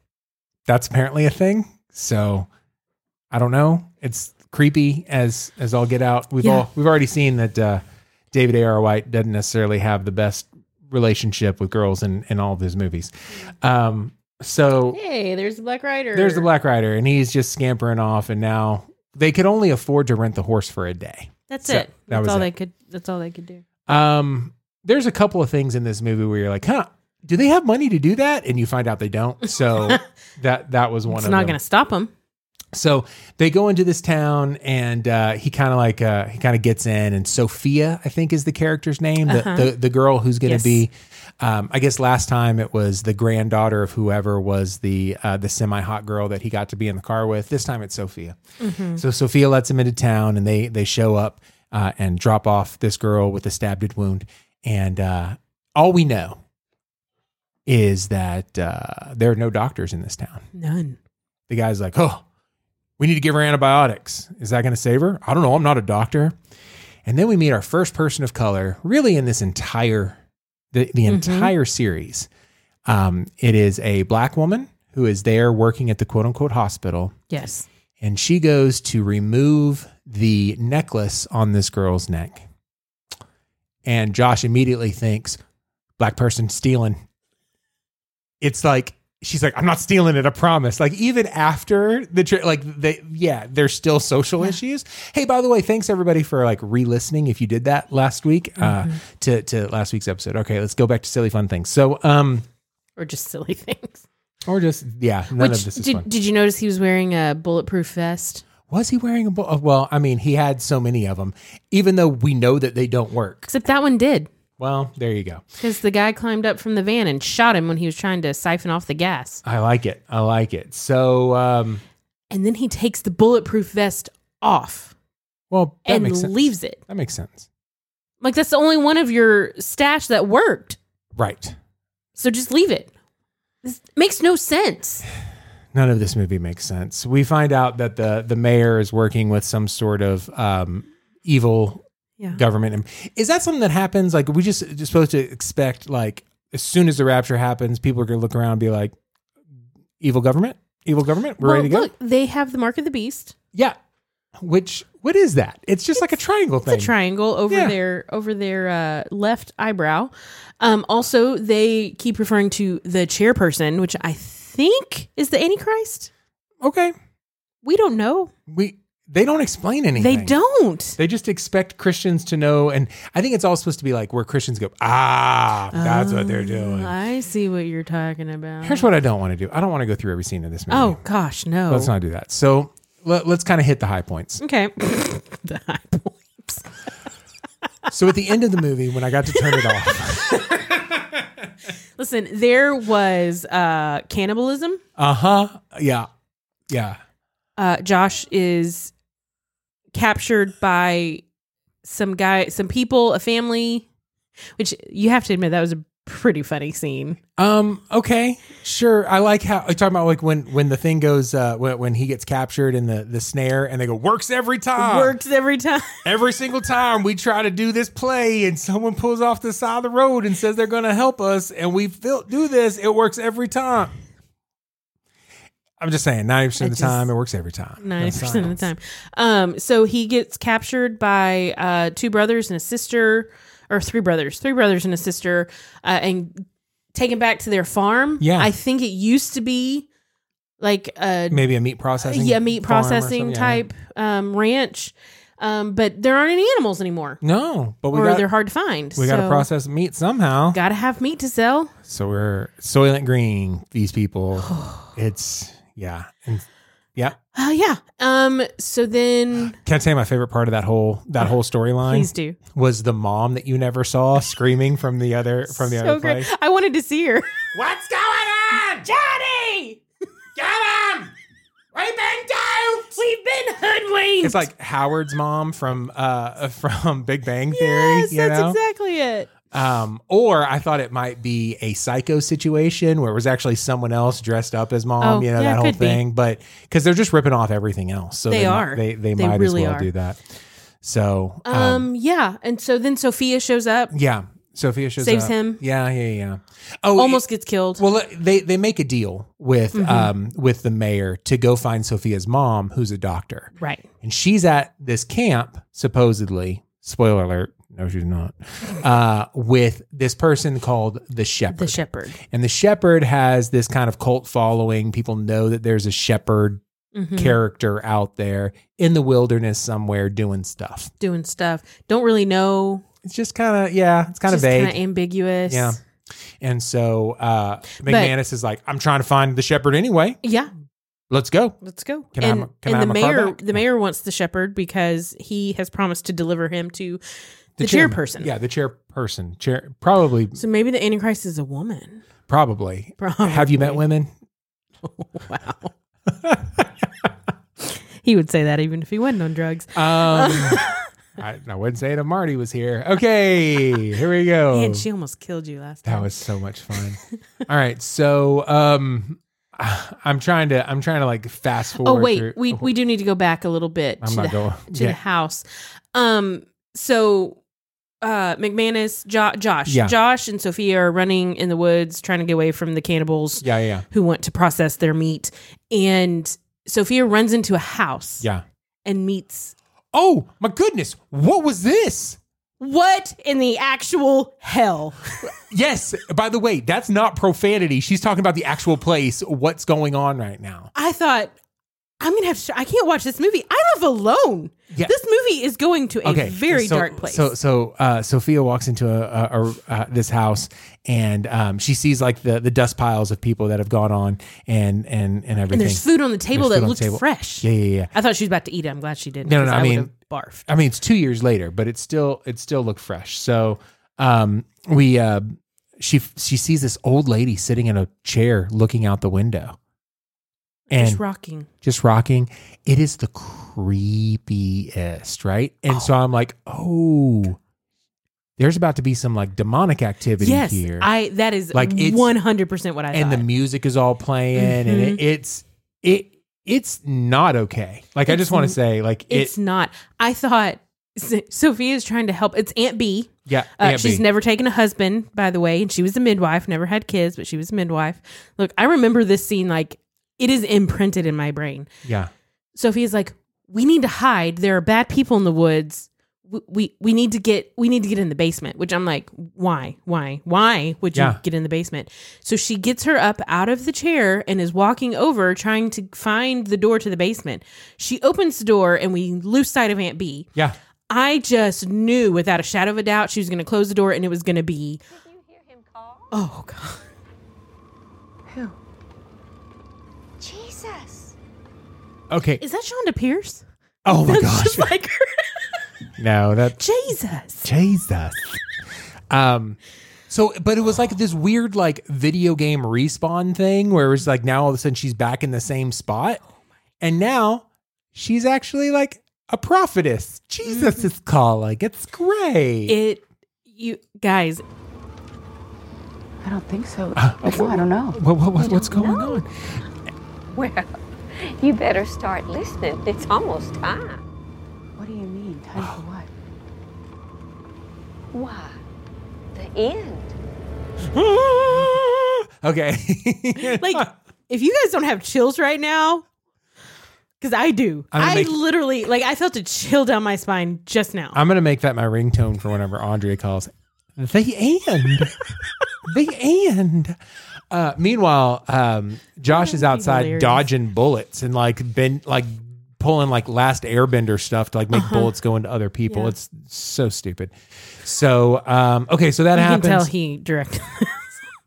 S1: that's apparently a thing. So I don't know. It's creepy as as all get out. We've
S2: Yeah.
S1: all we've already seen that uh, David A. R. White doesn't necessarily have the best relationship with girls in in all of his movies. Um, so
S2: Hey, there's the Black Rider.
S1: there's the black rider and he's just scampering off and now they could only afford to rent the horse for a day
S2: That's
S1: So,
S2: it.
S1: that
S2: That's
S1: was
S2: all
S1: it.
S2: they could. That's all they could do.
S1: um there's a couple of things in this movie where you're like huh do they have money to do that and you find out they don't so that that was one
S2: It's
S1: of
S2: not
S1: them.
S2: going to stop him.
S1: so they go into this town and uh he kind of like uh he kind of gets in and sophia i think is the character's name the the, the girl who's gonna
S2: Yes.
S1: be um i guess last time it was the granddaughter of whoever was the uh the semi-hot girl that he got to be in the car with this time it's sophia So Sophia lets him into town, and they they show up uh, and drop off this girl with a stabbed wound. And uh, all we know is that uh, there are no doctors in this town.
S2: None.
S1: The guy's like, oh, we need to give her antibiotics. Is that going to save her? I don't know. I'm not a doctor. And then we meet our first person of color, really in this entire the, the entire series. Um, it is a black woman who is there working at the quote unquote hospital,
S2: Yes.
S1: and she goes to remove the necklace on this girl's neck. And Josh immediately thinks, black person stealing. It's like, she's like, I'm not stealing it, I promise. Like, even after the trip, like, they, yeah, there's still social issues. Hey, by the way, thanks everybody for like re listening if you did that last week uh, to, to last week's episode. Okay, let's go back to silly fun things. So, um,
S2: Or just silly things.
S1: or just, yeah, none
S2: Which
S1: of this is fun.
S2: did, did you notice he was wearing a bulletproof vest?
S1: Was he wearing a bo- uh, Well, I mean, he had so many of them, even though we know that they don't work.
S2: Except that one did,
S1: Well, there you go.
S2: because the guy climbed up from the van and shot him when he was trying to siphon off the gas.
S1: I like it. I like it. So, um,
S2: And then he takes the bulletproof vest off
S1: well, that
S2: and
S1: makes sense.
S2: leaves it.
S1: That makes sense.
S2: Like that's the only one of your stash that worked.
S1: Right.
S2: So just leave it. This makes no sense.
S1: None of this movie makes sense. We find out that the the mayor is working with some sort of um, evil
S2: Yeah.
S1: government. Is that something that happens? Like, we just, just supposed to expect like as soon as the rapture happens, people are going to look around and be like, "Evil government, evil government, we're
S2: well,
S1: ready to go."
S2: look, they have the mark of the beast.
S1: Yeah. Which what is that? It's just like a triangle thing.
S2: It's a triangle over
S1: Yeah.
S2: their over their uh, left eyebrow. Um, also, they keep referring to the chairperson, which I think is the Antichrist.
S1: okay.
S2: We don't know.
S1: We they don't explain anything.
S2: They don't.
S1: They just expect Christians to know and I think it's all supposed to be like where Christians go, "Ah, that's what they're doing."
S2: I see what you're talking about.
S1: Here's what I don't want to do. I don't want to go through every scene of this movie.
S2: oh gosh, no.
S1: Let's not do that. So let, let's kind of hit the high points.
S2: Okay. the high points.
S1: So at the end of the movie, when I got to turn it off,
S2: Listen, there was uh, cannibalism.
S1: uh huh, yeah, yeah,
S2: uh, Josh is captured by some guy, some people, a family, which you have to admit that was a pretty funny scene.
S1: Um. Okay. Sure. I like how you're talking about like when when the thing goes uh when, when he gets captured in the the snare and they go works every time
S2: Works every time.
S1: every single time we try to do this play and someone pulls off the side of the road and says they're going to help us and we fil- do this it works every time. I'm just saying, ninety percent of the
S2: I just-
S1: time it works every time.
S2: Ninety percent of the time. Um, so he gets captured by uh, two brothers and a sister, or three brothers, three brothers and a sister, uh, and taken back to their farm.
S1: Yeah.
S2: I think it used to be like a
S1: Maybe a meat processing,
S2: yeah meat
S1: farm or
S2: processing
S1: something, yeah.
S2: type um, ranch, um, but there aren't any animals anymore.
S1: No, but we
S2: or
S1: got
S2: they're hard to find.
S1: we got to
S2: So,
S1: process meat somehow.
S2: Gotta have meat to sell.
S1: So we're Soylent Green, these people. it's yeah. And yeah.
S2: Oh yeah. Um. So then,
S1: Can I tell you my favorite part of that whole that whole
S2: please
S1: storyline
S2: do.
S1: was the mom that you never saw screaming from the other from the
S2: So
S1: other
S2: great.
S1: place.
S2: I wanted to see her.
S1: What's going on?
S2: Johnny,
S1: Get him! We've been duped!
S2: we've been hoodwinked.
S1: It's like Howard's mom from uh from Big Bang Theory.
S2: yes,
S1: you
S2: that's
S1: know?
S2: exactly it.
S1: Um, or I thought it might be a psycho situation where it was actually someone else dressed up as mom,
S2: Oh,
S1: you know,
S2: yeah,
S1: that whole
S2: could be.
S1: thing. But because they're just ripping off everything else. So
S2: They
S1: mi-
S2: are.
S1: They, they,
S2: They
S1: might
S2: really
S1: as well
S2: are.
S1: do that. So, um,
S2: Um, Yeah. And so then Sophia shows up,
S1: yeah. Sophia shows
S2: Saves
S1: up.
S2: him.
S1: Yeah, yeah, yeah. Oh,
S2: almost Mm-hmm. gets killed.
S1: it- well, they they make a deal with um with the mayor to go find Sophia's mom, who's a doctor,
S2: right.
S1: and she's at this camp supposedly. Spoiler alert. No, she's not. Uh, with this person called the Shepherd.
S2: The shepherd.
S1: And the shepherd has this kind of cult following. People know that there's a shepherd
S2: Mhm.
S1: character out there in the wilderness somewhere doing stuff.
S2: Doing stuff. Don't really know.
S1: It's just kind of, yeah, it's kind of
S2: Just
S1: vague.
S2: Kind of ambiguous.
S1: Yeah. and so uh, McManus is like, I'm trying to find the shepherd anyway.
S2: Yeah.
S1: Let's go.
S2: Let's go.
S1: Can I
S2: and
S1: have my- can I
S2: and
S1: have
S2: the
S1: my car
S2: mayor,
S1: back?
S2: the mayor wants the shepherd because he has promised to deliver him to the,
S1: chairman.
S2: chairperson.
S1: Yeah, the chairperson. Chair, probably,
S2: So maybe the Antichrist is a woman.
S1: probably.
S2: Probably.
S1: Have you met women?
S2: Wow. he would say that even if he wasn't on drugs.
S1: Um, I, I wouldn't say it if Marty was here. Okay, here we go.
S2: Man, she almost killed you last
S1: Oh. That
S2: time.
S1: was so much fun. All right, so um, I'm trying to I'm trying to like fast
S2: oh
S1: forward. through-
S2: wait, we we do need to go back a little bit
S1: I'm
S2: to,
S1: not
S2: the,
S1: going.
S2: to the
S1: Yeah,
S2: house. Um, so uh, McManus, jo- Josh,
S1: Yeah.
S2: Josh, and Sophia are running in the woods trying to get away from the cannibals
S1: yeah, yeah,
S2: who want to process their meat, and Sophia runs into a house
S1: yeah.
S2: and meets
S1: Oh my goodness, what was this?
S2: what in the actual hell?
S1: Yes. By the way, that's not profanity. She's talking about the actual place. What's going on right now?
S2: I thought I'm gonna have to. I can't watch this movie. I live alone.
S1: Yeah.
S2: This movie is going to a very
S1: so-
S2: dark place.
S1: So, so uh, Sophia walks into a, a, a, uh, this house and um, she sees like the, the dust piles of people that have gone on and and and
S2: and
S1: everything.
S2: there's food on the table
S1: There's food on the
S2: that looked
S1: table.
S2: fresh.
S1: yeah, yeah, yeah.
S2: I thought she was about to eat it. I'm glad she didn't.
S1: No, no,
S2: 'cause
S1: no, I
S2: would've
S1: mean-
S2: barfed.
S1: I mean, it's two years later, but it still it still looked fresh. So um, we uh, she she sees this old lady sitting in a chair looking out the window, and
S2: It's rocking.
S1: just rocking. It is the creepiest, right? And so I'm like, oh, there's about to be some like demonic activity
S2: Yes,
S1: here.
S2: I. That is
S1: Like,
S2: like
S1: it's-
S2: one hundred percent what I
S1: and the
S2: thought.
S1: music is all playing, and
S2: Mm-hmm.
S1: it, it's it it's not okay. Like I
S2: It's
S1: just want
S2: n-
S1: to say, like it,
S2: it's not. I thought S- Sophia's trying to help. It's Aunt B.
S1: yeah.
S2: Uh,
S1: Aunt
S2: she's
S1: B.
S2: never taken a husband, by the way, and she was a midwife. Never had kids, but she was a midwife. Look, I remember this scene like it is imprinted in my brain.
S1: yeah.
S2: Sophia's like, "We need to hide. There are bad people in the woods. We, we we need to get we need to get in the basement." Which I'm like, "Why? Why? Why would you
S1: Yeah.
S2: get in the basement?" So she gets her up out of the chair and is walking over trying to find the door to the basement. She opens the door and we lose sight of Aunt B.
S1: Yeah.
S2: I just knew without a shadow of a doubt she was going to close the door and it was going to be
S4: You hear him call?
S2: oh god.
S5: Who?
S4: Jesus!
S1: Okay.
S2: Is that Shonda Pierce?
S1: oh my
S2: That's
S1: gosh.
S2: just like her.
S1: no, that
S2: Jesus.
S1: Jesus. um so but it was like this weird like video game respawn thing where it was like now all of a sudden she's back in the same spot. And now she's actually like a prophetess. Jesus is calling. It's great.
S2: It you guys,
S5: I don't think so. No, I don't know.
S1: what, what, what- what's going on?
S4: Well, you better start listening. It's almost time.
S5: What do you mean? Time for what?
S4: Why? The end.
S1: okay.
S2: like if you guys don't have chills right now because i do
S1: I'm gonna
S2: i
S1: make-
S2: literally like i felt a chill down my spine just now
S1: I'm gonna make that my ringtone for whenever Andrea calls. The end. the end. Uh, meanwhile, um, Josh is outside
S2: hilarious.
S1: dodging bullets and like been like pulling like last airbender stuff to like make bullets go into other people.
S2: Uh-huh. Yeah.
S1: It's so stupid. So um okay, so that
S2: you can
S1: happens.
S2: tell he directed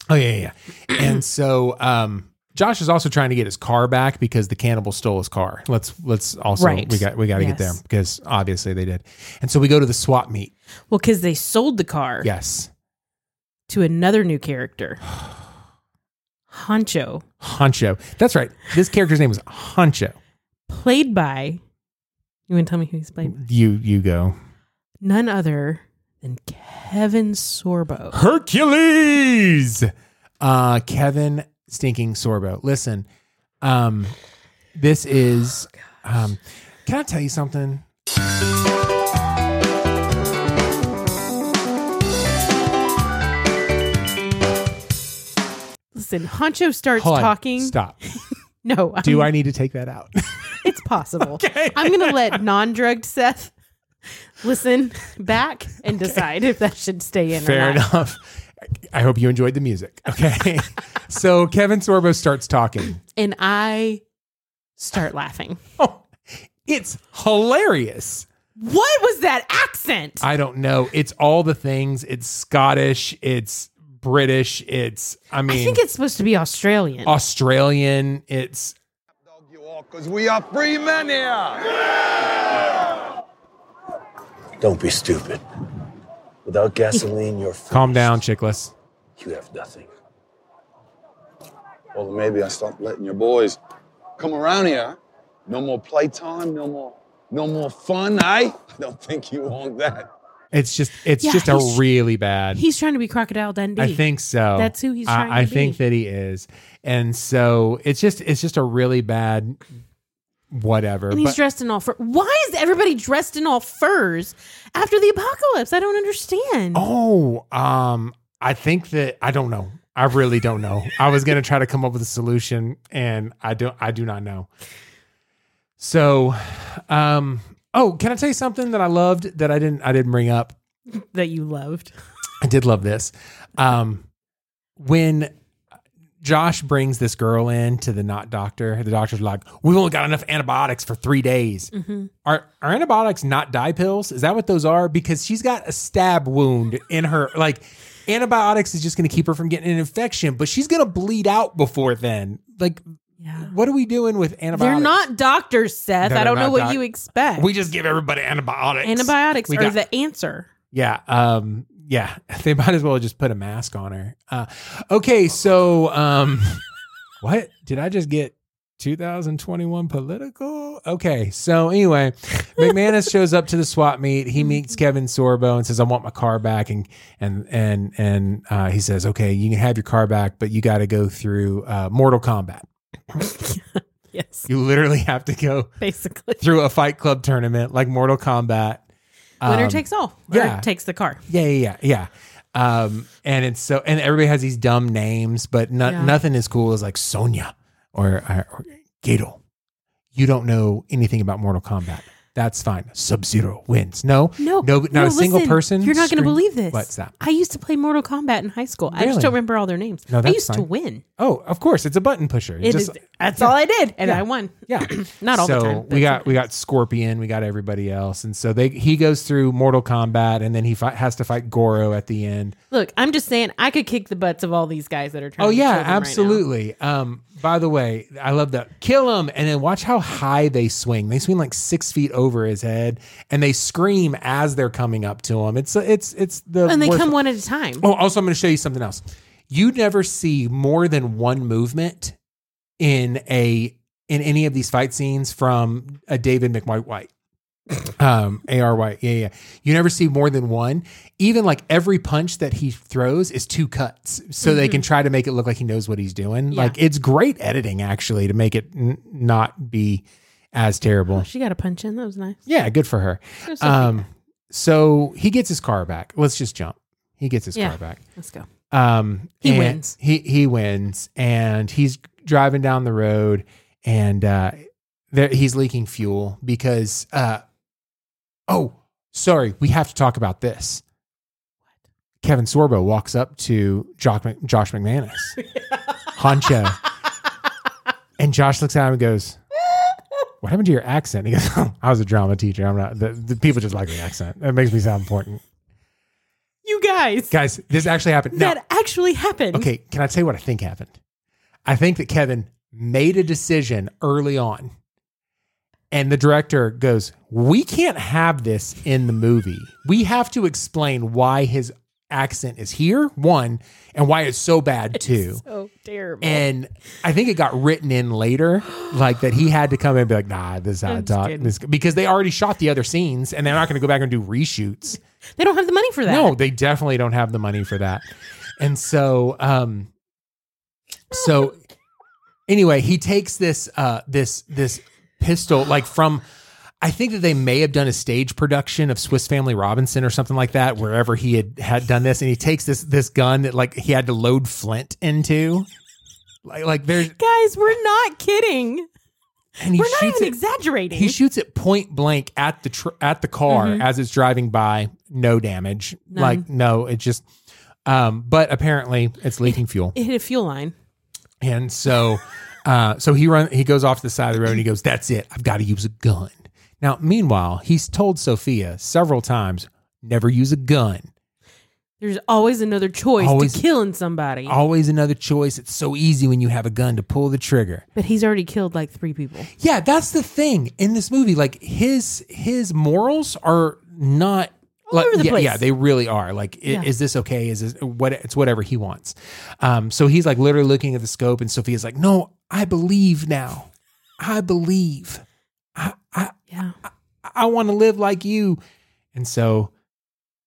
S1: Oh yeah, yeah. yeah. and so um Josh is also trying to get his car back because the cannibal stole his car. Let's let's also
S2: Right.
S1: we got we got to get there
S2: Yes.
S1: because obviously they did. And so we go to the swap meet.
S2: well because they sold the car
S1: Yes.
S2: to another new character honcho
S1: Honcho. That's right. This character's name was Honcho.
S2: played by you want to tell me who he's played by?
S1: You you go.
S2: none other than kevin sorbo
S1: Hercules. Uh Kevin stinking Sorbo. Listen. Um this is um can I tell you something?
S2: listen honcho starts
S1: Hold on.
S2: talking
S1: Stop.
S2: no I'm-
S1: Do I need to take that out?
S2: It's possible. I'm going to let non drugged Seth listen back and decide if that should stay in
S1: Fair
S2: or not.
S1: enough. I hope you enjoyed the music. Okay. so Kevin Sorbo starts talking.
S2: And I start laughing.
S1: Oh, it's hilarious.
S2: What was that accent?
S1: I don't know. It's all the things. It's Scottish. It's British. It's I
S2: I
S1: mean
S2: think it's supposed to be Australian.
S1: Australian. It's
S3: You all, because we are free men here.
S6: Don't be stupid. Without gasoline, you're finished.
S1: calm down, chickless.
S6: You have nothing.
S7: Well, maybe I stopped letting your boys come around here. No more playtime, no more
S3: No more fun, eh? I? I don't think you want that.
S1: It's just it's
S2: Yeah,
S1: just a
S2: he's-
S1: really bad.
S2: He's trying to be Crocodile Dundee.
S1: I think so.
S2: That's who he's
S1: I-
S2: trying
S1: I,
S2: to
S1: think
S2: be.
S1: that he is, and so it's just it's just a really bad whatever.
S2: And he's
S1: but
S2: dressed in all fur. Why is everybody dressed in all furs after the apocalypse? I don't understand.
S1: oh, um, I think that I don't know. I really don't know. I was gonna try to come up with a solution, and I don't. I do not know. So, um, oh, can I tell you something that I loved that I didn't I didn't bring up?
S2: That you loved.
S1: I did love this. Um, when Josh brings this girl in to the not doctor, the doctor's like, "We've only got enough antibiotics for three days.
S2: Mm-hmm.
S1: Are are antibiotics not dye pills? Is that what those are? Because she's got a stab wound in her. Like antibiotics is just going to keep her from getting an infection, but she's going to bleed out before then. Like,
S2: Yeah.
S1: what are we doing with antibiotics?
S2: They're not doctors, Seth.
S1: They're
S2: I don't know
S1: not
S2: what
S1: doc-
S2: you expect.
S1: We just give everybody antibiotics.
S2: Antibiotics
S1: We
S2: are
S1: got-
S2: the answer.
S1: Yeah. Um, yeah. They might as well just put a mask on her. Uh, okay. So, um, what did I just get? 2021 political. Okay. So, anyway, McManus shows up to the swap meet. He meets Kevin Sorbo and says, I want my car back. And, and, and, and, uh, he says, okay, you can have your car back, but you got to go through, uh, Mortal Kombat.
S2: Yes,
S1: You literally have to go
S2: basically.
S1: through a fight club tournament like Mortal Kombat.
S2: Winner
S1: Um,
S2: takes all.
S1: yeah.
S2: Or takes the car.
S1: Yeah, yeah, yeah. yeah. Um, and it's so, and everybody has these dumb names, but no,
S2: Yeah.
S1: nothing as cool as like Sonya or, or, or Gato. You don't know anything about Mortal Kombat. That's fine. Sub Zero wins. No,
S2: No,
S1: no, not a single
S2: listen,
S1: person.
S2: You're not going to
S1: scream-
S2: believe this.
S1: What's that?
S2: I used to play Mortal Kombat in high school. I just
S1: Really?
S2: don't remember all their names.
S1: No,
S2: I
S1: that's
S2: used to
S1: fine.
S2: win.
S1: Oh, of course, it's a button pusher.
S2: It is.
S1: Just-
S2: that's all I did, and I won.
S1: yeah.
S2: Not all
S1: so
S2: the time. but
S1: we got we got Scorpion, we got everybody else, and so they he goes through Mortal Kombat, and then he fi- has to fight Goro at the end.
S2: Look, I'm just saying I could kick the butts of all these guys that are trying.
S1: Oh
S2: to
S1: yeah,
S2: kill them right now.
S1: absolutely. um, by the way, I love that. Kill him, and then watch how high they swing. They swing like six feet over his head, and they scream as they're coming up to him. It's it's it's the
S2: And they
S1: worst-
S2: come one at a time.
S1: Oh, also, I'm going to show you something else. You never see more than one movement in a in any of these fight scenes from a David McWhite White. um AR White. Yeah, yeah. You never see more than one. Even like every punch that he throws is two cuts. So they can try to make it look like he knows what he's doing.
S2: Mm-hmm. Yeah.
S1: Like it's great editing actually to make it n- not be as terrible.
S2: Oh, She got a punch in. That was nice.
S1: Yeah, good for her.
S2: There's something
S1: Um so he gets his car back. Let's just jump. He gets his
S2: Yeah.
S1: car back.
S2: Let's go.
S1: Um,
S2: He
S1: and
S2: wins.
S1: He he wins, and he's driving down the road, and uh, there he's leaking fuel because. Uh, oh, sorry, we have to talk about this. Kevin Sorbo walks up to Josh, Mc- Josh McManus, Honcho, and Josh looks at him and goes. What happened to your accent? He goes, oh, I was a drama teacher. I'm not, the, the people just like the accent. That makes me sound important.
S2: You guys,
S1: Guys, this actually happened. No.
S2: that actually happened.
S1: Okay, can I tell you what I think happened? I think that Kevin made a decision early on, and the director goes, We can't have this in the movie. We have to explain why his accent is here, one, and why it's so bad, two.
S2: So terrible.
S1: And I think it got written in later, like that he had to come in and be like, nah, this is how I
S2: I'm just
S1: talk.
S2: kidding.
S1: This, because they already shot the other scenes and they're not going to go back and do reshoots.
S2: they don't have the money for that.
S1: No, they definitely don't have the money for that. And so, um, so anyway, he takes this, uh, this, this pistol, like from, I think that they may have done a stage production of Swiss Family Robinson or something like that, wherever he had had done this. And he takes this, this gun that like he had to load Flint into. Like, like there's,
S2: guys, we're not kidding.
S1: and he
S2: We're not
S1: shoots
S2: even
S1: it.
S2: exaggerating.
S1: He shoots it point blank at the tr- at the car as it's driving by. No damage.
S2: None.
S1: Like no, it just. Um, but apparently it's leaking fuel,
S2: it hit a fuel line.
S1: and so, uh, so he run. He goes off to the side of the road and he goes, "That's it. I've got to use a gun." Now, meanwhile, he's told Sophia several times, "Never use a gun.
S2: There's always another choice
S1: Always-
S2: to killing somebody.
S1: Always another choice. It's so easy when you have a gun to pull the trigger."
S2: but he's already killed like three people.
S1: Yeah, that's the thing in this movie. Like his his morals are not like
S2: over the
S1: yeah,
S2: place.
S1: yeah, they really are. Like, i-
S2: Yeah.
S1: is this okay? Is this what? It's whatever he wants. Um, so he's like literally looking at the scope, and Sophia's like, "No, I believe now. I believe. I I
S2: Yeah.
S1: I want to live like you. And so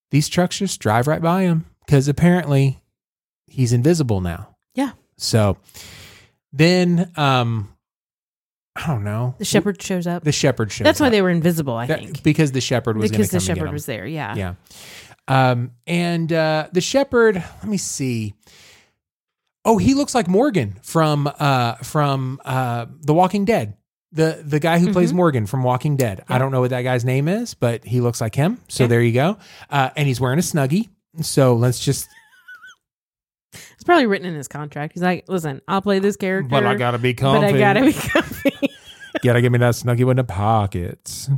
S1: these trucks just drive right by him because apparently he's invisible now.
S2: Yeah.
S1: So then, um, I don't know.
S2: The shepherd shows up.
S1: The shepherd shows.
S2: That's why
S1: up.
S2: they were invisible, I
S1: That-
S2: think.
S1: because the shepherd was
S2: Because
S1: gonna
S2: the
S1: come and get
S2: shepherd
S1: him.
S2: was there. Yeah.
S1: Yeah. Um, and uh, the shepherd, let me see. Oh, he looks like Morgan from uh, from uh, The Walking Dead. The the guy who
S2: Mm-hmm.
S1: plays Morgan from Walking Dead. I don't know what that guy's name is, but he looks like him. So
S2: Okay.
S1: there you go. Uh, and he's wearing a snuggie. So let's just.
S2: It's probably written in his contract. He's like, listen, I'll play this character.
S1: gotta be
S2: But I gotta be comfy.
S1: gotta give me that snuggie with the pockets.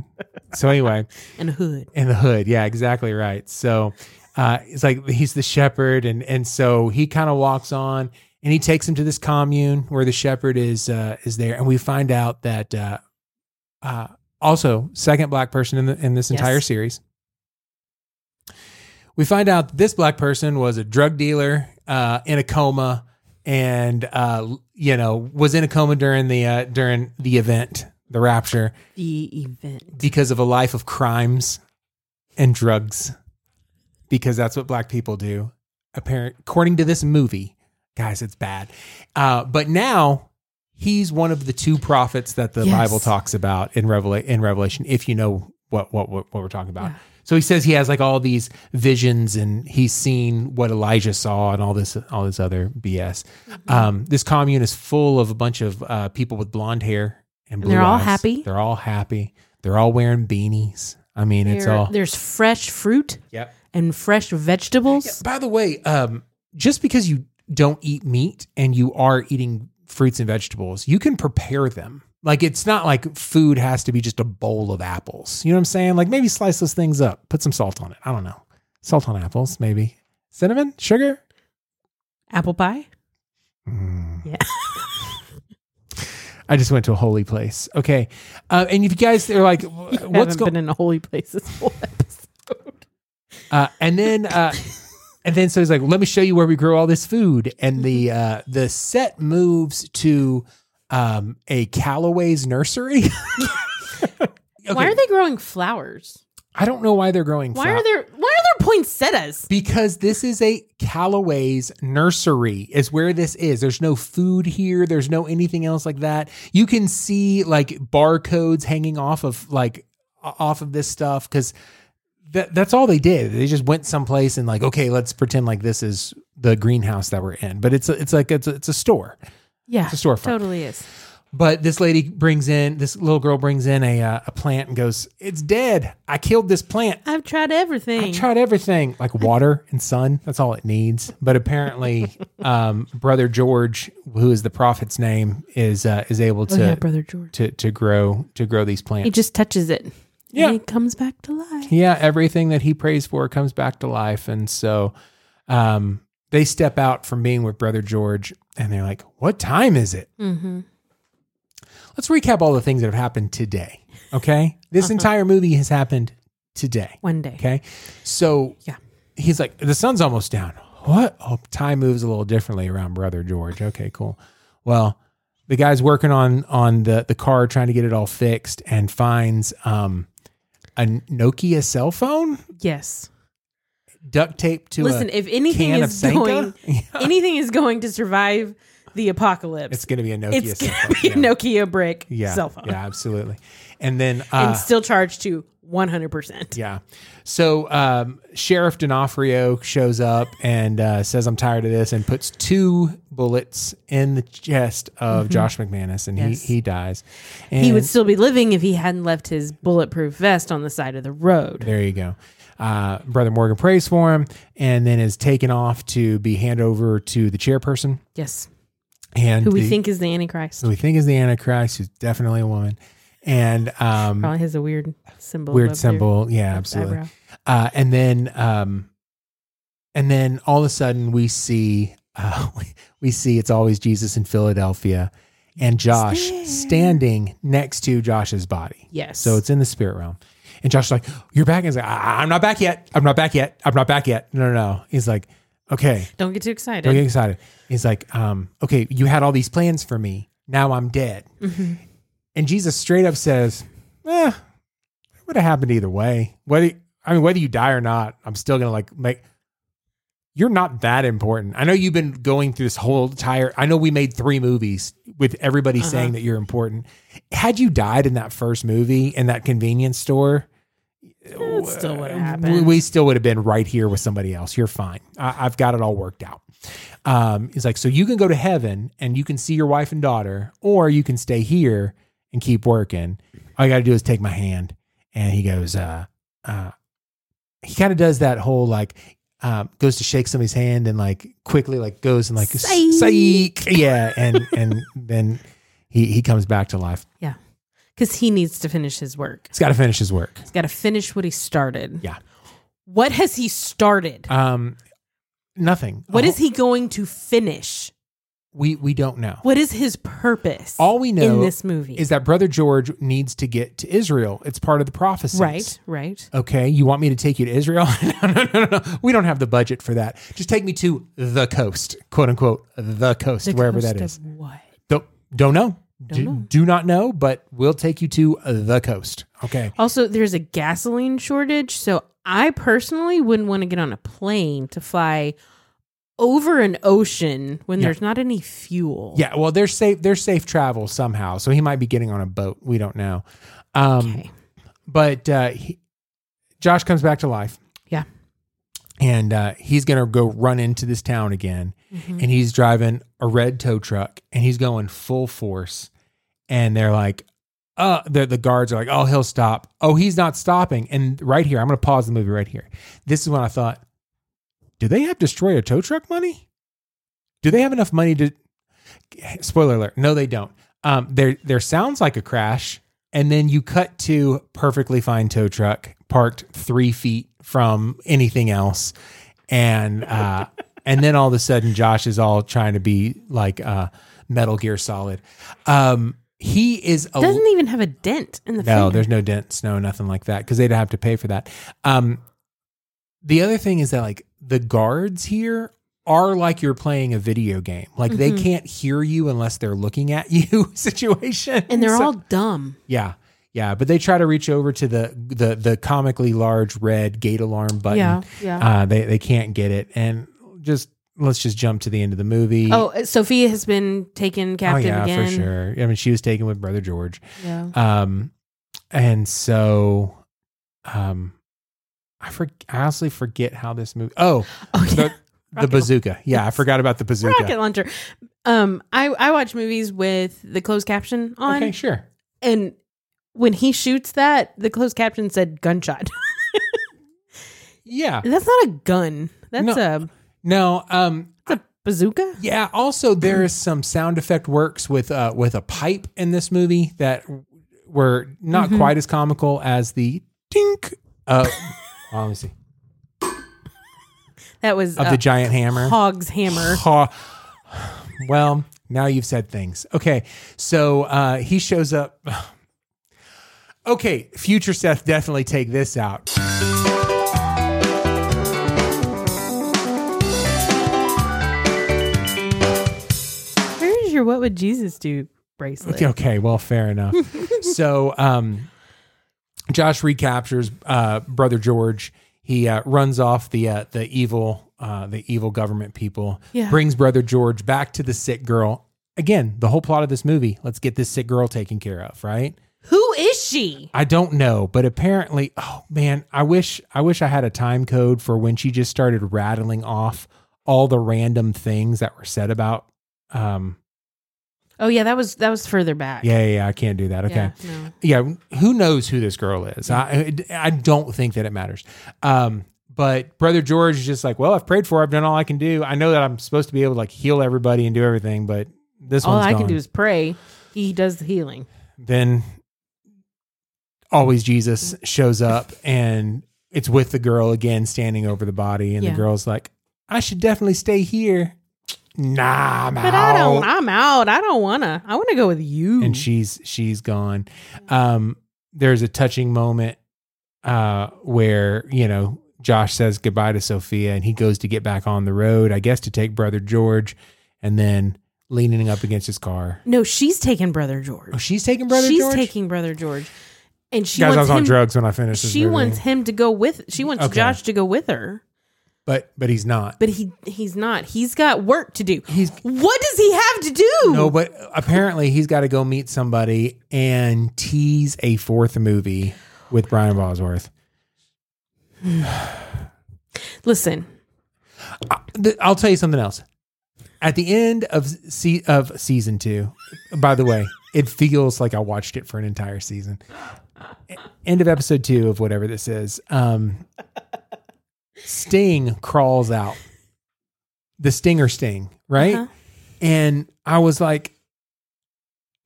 S1: so anyway,
S2: and a hood.
S1: in the hood yeah exactly right so uh it's like he's the shepherd and and so he kind of walks on and he takes him to this commune where the shepherd is uh is there and we find out that uh uh also second black person in the in this
S2: Yes.
S1: entire series we find out that this black person was a drug dealer uh in a coma and uh you know was in a coma during the uh during the event the rapture
S2: The event.
S1: because of a life of crimes and drugs because that's what black people do apparent according to this movie guys it's bad uh, but now he's one of the two prophets that the
S2: Yes.
S1: bible talks about in, Revela- in revelation if you know what, what, what, what we're talking about so he says he has like all these visions and he's seen what elijah saw and all this all this other bs
S2: Mm-hmm.
S1: um, this commune is full of a bunch of uh, people with blonde hair and blue
S2: they're all
S1: eyes.
S2: happy?
S1: they're all happy they're all wearing beanies i mean it's
S2: There-
S1: all
S2: There's fresh fruit
S1: yep
S2: and fresh vegetables.
S1: by the way, um, just because you don't eat meat and you are eating fruits and vegetables, you can prepare them. Like it's not like food has to be just a bowl of apples. You know what I'm saying? Like maybe slice those things up, put some salt on it. I don't know. Salt on apples, maybe. Cinnamon, sugar?
S2: Apple pie.
S1: I just went to a holy place. Okay. Uh, and if you guys are like, what's
S2: Haven't
S1: going
S2: been in a holy place this whole episode.
S1: Uh, and then uh, and then so he's like, "Let me show you where we grow all this food." And the uh, the set moves to um, a Callaway's nursery.
S2: Why are they growing flowers?
S1: I don't know why they're growing.
S2: Why
S1: flower-
S2: are there why are there poinsettias?
S1: Because this is a Callaway's nursery, is where this is. There's no food here. There's no anything else like that. You can see like barcodes hanging off of like o- off of this stuff because that that's all they did. They just went someplace and like, okay, let's pretend like this is the greenhouse that we're in. But it's a, it's like it's a, it's a store.
S2: Yeah.
S1: It's a storefront.
S2: Totally is.
S1: But this lady brings in this little girl brings in a uh, a plant and goes, "It's dead. I killed this plant.
S2: I've tried everything.
S1: I tried everything, like water and sun. That's all it needs. But apparently, um, brother George, who is the prophet's name, is uh, is able
S2: oh
S1: to,
S2: yeah, brother George.
S1: to to grow to grow these plants.
S2: He just touches it.
S1: Yeah.
S2: And it comes back to life.
S1: yeah, everything that he prays for comes back to life, and so um, they step out from being with brother George, and they're like, "What time is it?"
S2: Mm-hmm.
S1: Let's recap all the things that have happened today. Okay,
S2: Uh-huh.
S1: this entire movie has happened today.
S2: One day.
S1: Okay. So
S2: Yeah.
S1: he's like, the sun's almost down. What? Oh, time moves a little differently around brother George. Okay, cool. Well, the guy's working on on the the car trying to get it all fixed and finds um a Nokia cell phone
S2: Yes.
S1: duct taped to
S2: Listen,
S1: a
S2: if anything
S1: can of
S2: is
S1: Sanka.
S2: going
S1: Yeah.
S2: anything is going to survive the apocalypse,
S1: it's going to be a Nokia
S2: it's
S1: cell phone.
S2: gonna be
S1: Yeah.
S2: a Nokia brick
S1: yeah.
S2: cell phone.
S1: Yeah, absolutely. And then uh
S2: and still charged to one hundred percent.
S1: Yeah. So um, Sheriff D'Onofrio shows up and uh, says, "I'm tired of this," and puts two bullets in the chest of Josh McManus, and
S2: Mm-hmm. Yes.
S1: he he dies. And
S2: He would still be living if he hadn't left his bulletproof vest on the side of the road.
S1: There you go. Uh, Brother Morgan prays for him, and then is taken off to be handed over to the chairperson.
S2: Yes.
S1: And
S2: Who we
S1: the-
S2: think is the Antichrist.
S1: who we think is the Antichrist, who's definitely a woman, and um,
S2: Probably has a weird symbol.
S1: weird
S2: above
S1: symbol. Yeah,
S2: their
S1: absolutely.
S2: eyebrow.
S1: uh, and then um, and then all of a sudden we see uh, we, we see it's always Jesus in Philadelphia and Josh standing next to Josh's body.
S2: Yes.
S1: So it's in the spirit realm. And Josh's like, "You're back." And he's like, I- "I'm not back yet. I'm not back yet. I'm not back yet." No, no, no. He's like, "Okay,
S2: Don't get too excited.
S1: don't get excited." He's like, um, "Okay, you had all these plans for me. Now I'm dead." And Jesus straight up says, "Eh, would have happened either way. Whether I mean, whether you die or not, I'm still gonna like make. You're not that important. I know you've been going through this whole entire. I know we made three movies with everybody saying that you're important. Had you died in that first movie in that convenience store,
S2: It still would have
S1: we,
S2: happened.
S1: we still would have been right here with somebody else. You're fine. I, I've got it all worked out. Um, he's like, so you can go to heaven and you can see your wife and daughter, or you can stay here and keep working. All you got to do is take my hand. And he goes, uh, uh, he kind of does that whole like, um, goes to shake somebody's hand and like quickly like goes and like
S2: Psych.
S1: psych, yeah, and and then he he comes back to life.
S2: yeah. Because he needs to finish his work.
S1: He's got to finish his work.
S2: He's got to finish what he started.
S1: Yeah.
S2: What has he started?
S1: Um, nothing.
S2: what is he going to finish?
S1: We we don't know.
S2: What is his purpose?
S1: All we know
S2: in this movie
S1: is that Brother George needs to get to Israel. It's part of the prophecy.
S2: right, right.
S1: Okay. You want me to take you to Israel? no, no, no, no. We don't have the budget for that. Just take me to the coast, quote unquote, the coast,
S2: The
S1: wherever that
S2: cost
S1: is.
S2: of What?
S1: Don't, don't know.
S2: Don't
S1: do,
S2: know.
S1: do not know, but we'll take you to the coast. Okay.
S2: Also, there's a gasoline shortage, so I personally wouldn't want to get on a plane to fly over an ocean when
S1: Yeah.
S2: there's not any fuel.
S1: Yeah. Well, they're safe. They're safe travel somehow. So he might be getting on a boat. We don't know. Um,
S2: Okay.
S1: But uh, he, Josh comes back to life.
S2: Yeah.
S1: and uh, he's gonna go run into this town again
S2: Mm-hmm.
S1: and he's driving a red tow truck and he's going full force and they're like uh the the guards are like oh he'll stop oh he's not stopping and right here i'm gonna pause the movie right here this is when i thought do they have destroyer tow truck money do they have enough money to spoiler alert no they don't um there there sounds like a crash and then you cut to perfectly fine tow truck parked three feet from anything else and uh and then all of a sudden josh is all trying to be like uh metal gear solid um he is a
S2: Doesn't even have a dent in the
S1: no,
S2: fender.
S1: there's no dents, no nothing like that because they'd have to pay for that. Um, the other thing is that like the guards here are like you're playing a video game, like they
S2: Mm-hmm.
S1: can't hear you unless they're looking at you situation,
S2: and they're
S1: So-
S2: all dumb.
S1: yeah, yeah. But they try to reach over to the the the comically large red gate alarm button.
S2: Yeah, yeah.
S1: Uh, they they can't get it, and just let's just jump to the end of the movie.
S2: Oh, uh, Sophia has been taken
S1: Oh,
S2: captive
S1: yeah,
S2: again.
S1: for sure. I mean, she was taken with brother George.
S2: Yeah.
S1: Um, and so, um, I for, I honestly forget how this movie. Oh,
S2: Oh, yeah.
S1: the, the
S2: Rocket-
S1: bazooka. Yeah, I forgot about the bazooka.
S2: Rocket launcher. Um, I I watch movies with the closed caption on,
S1: Okay, sure.
S2: and when he shoots that, the closed caption said gunshot.
S1: Yeah.
S2: That's not a gun. That's
S1: No.
S2: a
S1: No. Um.
S2: that's a bazooka.
S1: Yeah. Also, there is some sound effect works with uh with a pipe in this movie that were not quite as comical as the tink. Uh, well, let me see.
S2: That was
S1: Of
S2: uh,
S1: the giant hammer.
S2: hog's hammer.
S1: Ha- well, now you've said things. Okay, so uh, he shows up. Okay, future Seth, definitely take this out.
S2: Where is your what would Jesus do bracelet?
S1: Okay, well, fair enough. so, um, Josh recaptures uh, brother George. He uh, runs off the uh, the evil uh, the evil government people.
S2: Yeah.
S1: Brings brother George back to the sick girl. Again, the whole plot of this movie. Let's get this sick girl taken care of, right?
S2: Who is she?
S1: I don't know, but apparently, oh man, I wish I wish I had a time code for when she just started rattling off all the random things that were said about. Um,
S2: Oh yeah, that was that was further back.
S1: yeah, yeah, yeah, I can't do that. Okay,
S2: Yeah, no.
S1: yeah, who knows who this girl is? I I don't think that it matters. Um, but brother George is just like, well, I've prayed for, her. I've done all I can do. I know that I'm supposed to be able to like heal everybody and do everything, but this
S2: All
S1: one's
S2: I can
S1: gone.
S2: do is pray. He does the healing.
S1: then always
S2: Mm.
S1: Jesus shows up and it's with the girl again standing over the body and
S2: Yeah.
S1: the girl's like, I should definitely stay here. Nah, I'm
S2: But
S1: out.
S2: I don't. I'm out. I don't wanna. I wanna go with you.
S1: and she's she's gone. Um, there's a touching moment uh where, you know, Josh says goodbye to Sophia and he goes to get back on the road, I guess to take brother George, and then leaning up against his car.
S2: no, she's taking brother
S1: Oh,
S2: George.
S1: she's taking brother
S2: she's
S1: George.
S2: taking brother George, and she
S1: Guys, I
S2: wants
S1: was on
S2: him,
S1: drugs when I finished this
S2: She
S1: movie.
S2: wants him to go with. She wants
S1: Okay.
S2: Josh to go with her,
S1: but but he's not.
S2: but he he's not. He's got work to do.
S1: He's-
S2: what does he have to do?
S1: No, but apparently he's got to go meet somebody and tease a fourth movie with Brian Bosworth.
S2: Listen,
S1: Th- I'll tell you something else. At the end of se- of season two, by the way, it feels like I watched it for an entire season. E- End of episode two of whatever this is. Um, Sting crawls out. The stinger sting, right?
S2: Uh-huh.
S1: And I was like,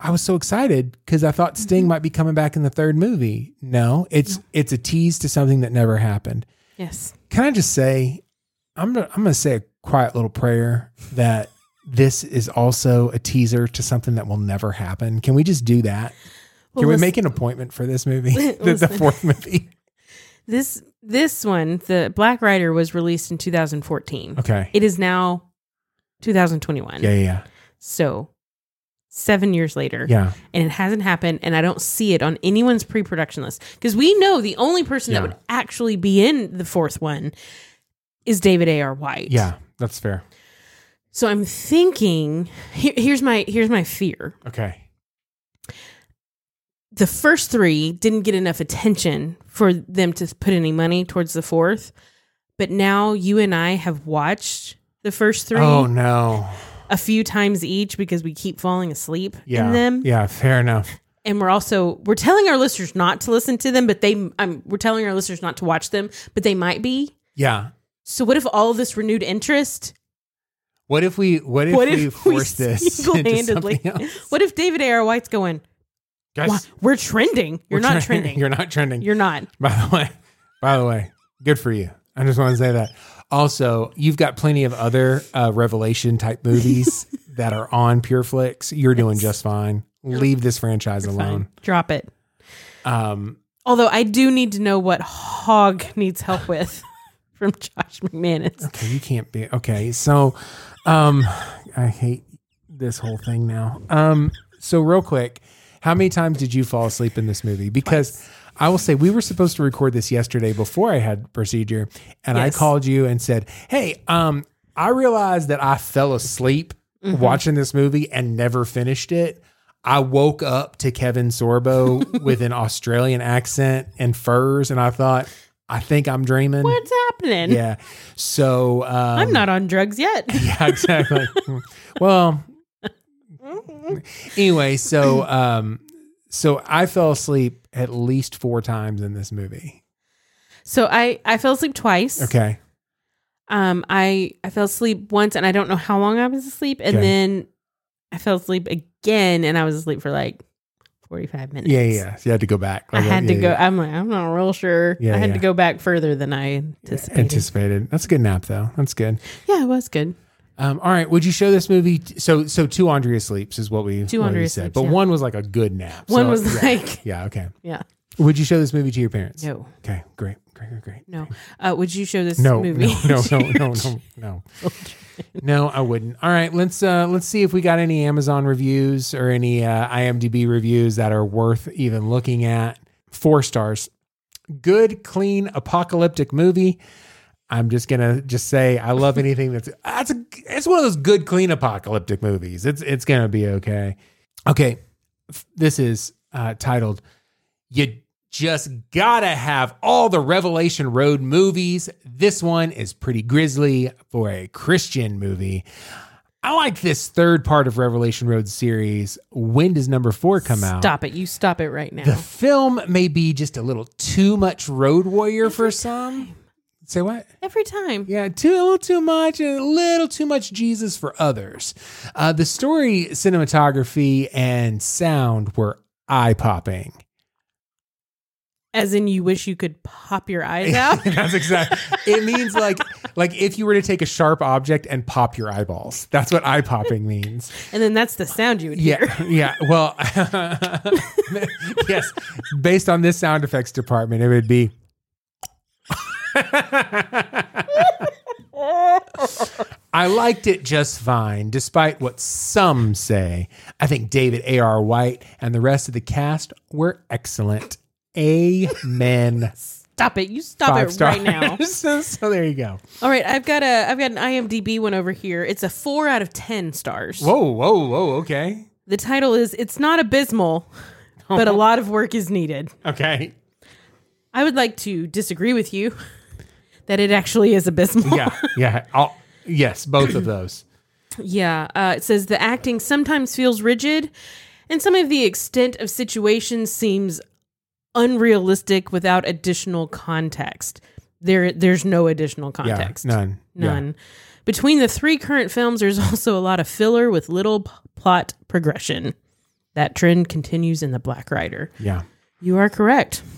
S1: I was so excited because I thought Sting might be coming back in the third movie. No, it's it's a tease to something that never happened
S2: yes,
S1: can I just say, I'm gonna, I'm gonna say a quiet little prayer that this is also a teaser to something that will never happen. Can we just do that?
S2: Well,
S1: Can we
S2: listen-
S1: make an appointment for this movie, the, the
S2: Listen.
S1: fourth movie?
S2: this this one. The Black Rider was released in 2014.
S1: Okay.
S2: It is now 2021.
S1: Yeah, yeah,
S2: So seven years later,
S1: yeah.
S2: and it hasn't happened, and I don't see it on anyone's pre-production list because we know the only person
S1: Yeah.
S2: that would actually be in the fourth one is David A. R. White.
S1: Yeah, that's fair.
S2: So I'm thinking here, here's my here's my fear.
S1: Okay.
S2: The first three didn't get enough attention for them to put any money towards the fourth, but now you and I have watched the first three
S1: Oh no.
S2: a few times each because we keep falling asleep
S1: Yeah.
S2: in them.
S1: Yeah. Fair enough.
S2: and we're also we're telling our listeners not to listen to them but they um, we're telling our listeners not to watch them but they might be
S1: Yeah.
S2: so what if all of this renewed interest
S1: What if we? What if,
S2: what
S1: we force this into
S2: single-handedly
S1: something else?
S2: what if david a.r white's going
S1: Guys,
S2: "Why- we're trending you're
S1: we're
S2: not
S1: trending.
S2: trending
S1: You're not trending.
S2: you're not
S1: By the way, by the way, good for you. I just want to say that. Also, you've got plenty of other uh, revelation type movies that are on PureFlix. You're doing just fine. Leave this franchise alone.
S2: Fine. drop it
S1: Um,
S2: although i do need to know what hog needs help with from josh mcmanus
S1: okay, you can't be okay. So, um, I hate this whole thing now. Um, so real quick, how many times did you fall asleep in this movie? Because I will say we were supposed to record this yesterday before I had procedure, and I
S2: Yes.
S1: called you and said, "Hey, um, I realized that I fell asleep watching this movie and never finished it." I woke up to Kevin Sorbo with an Australian accent and furs, and I thought, I think I'm dreaming.
S2: what's happening
S1: Yeah. So um,
S2: i'm not on drugs yet
S1: Yeah, exactly. well, anyway, so um, so I fell asleep at least four times in this movie.
S2: so i i fell asleep twice
S1: Okay.
S2: Um, I I fell asleep once, and I don't know how long I was asleep, and
S1: Okay.
S2: then I fell asleep again, and I was asleep for like forty five minutes.
S1: Yeah, yeah, yeah. So you had to go back.
S2: I had
S1: yeah,
S2: to go.
S1: yeah.
S2: I'm like, I'm not real sure.
S1: Yeah,
S2: I had to
S1: yeah.
S2: go back further than I anticipated.
S1: Anticipated. That's a good nap, though. That's good.
S2: yeah, it was good.
S1: Um, all right. Would you show this movie? t- so, so two Andrea sleeps is what we
S2: Two
S1: what we
S2: Andrea
S1: said,
S2: sleeps,
S1: but
S2: yeah.
S1: one was like a good nap.
S2: One
S1: So,
S2: was
S1: yeah.
S2: like,
S1: yeah. Okay.
S2: yeah,
S1: Would you show this movie to your parents?
S2: no,
S1: Okay. Great. Great. Great. Great.
S2: no. Uh, would you show this
S1: no,
S2: movie?
S1: No, no, no, no, no, no. No, I wouldn't. All right, let's uh let's see if we got any Amazon reviews or any uh IMDb reviews that are worth even looking at. Four stars. Good, clean, apocalyptic movie. I'm just gonna just say I love anything that's that's a, it's one of those good, clean, apocalyptic movies. It's it's gonna be okay. Okay, f- this is uh titled you just gotta have all the Revelation Road movies. This one is pretty grisly for a Christian movie. I like this third part of Revelation Road series. When does number four come out?
S2: Stop it! You stop it right now.
S1: The film may be just a little too much Road Warrior for some. Say what?
S2: Every time.
S1: Yeah, too a little too much and a little too much Jesus for others. Uh, the story, cinematography, and sound were eye popping.
S2: As in, you wish you could pop your eyes out.
S1: that's exactly. It means like like if you were to take a sharp object and pop your eyeballs. That's what eye popping means.
S2: and then that's the sound you would hear.
S1: Yeah, yeah. Well, yes. Based on this sound effects department, it would be. I liked it just fine, despite what some say. I think David A.R. White and the rest of the cast were excellent. Amen.
S2: Stop it. You stop it right now.
S1: so, so there you go.
S2: All right, I've got a I've got an IMDb one over here. It's a 4 out of 10 stars.
S1: Whoa, whoa, whoa. Okay.
S2: The title is It's Not Abysmal, but a lot of work is needed.
S1: Okay.
S2: I would like to disagree with you that it actually is abysmal.
S1: Yeah. Yeah. I'll, yes, both of those.
S2: Yeah, uh, it says the acting sometimes feels rigid, and some of the extent of situations seems unrealistic without additional context. There, there's no additional
S1: Yeah.
S2: context.
S1: None. Yeah.
S2: None. Between the three current films, there's also a lot of filler with little p- plot progression. That trend continues in The Black Rider.
S1: Yeah.
S2: You are correct.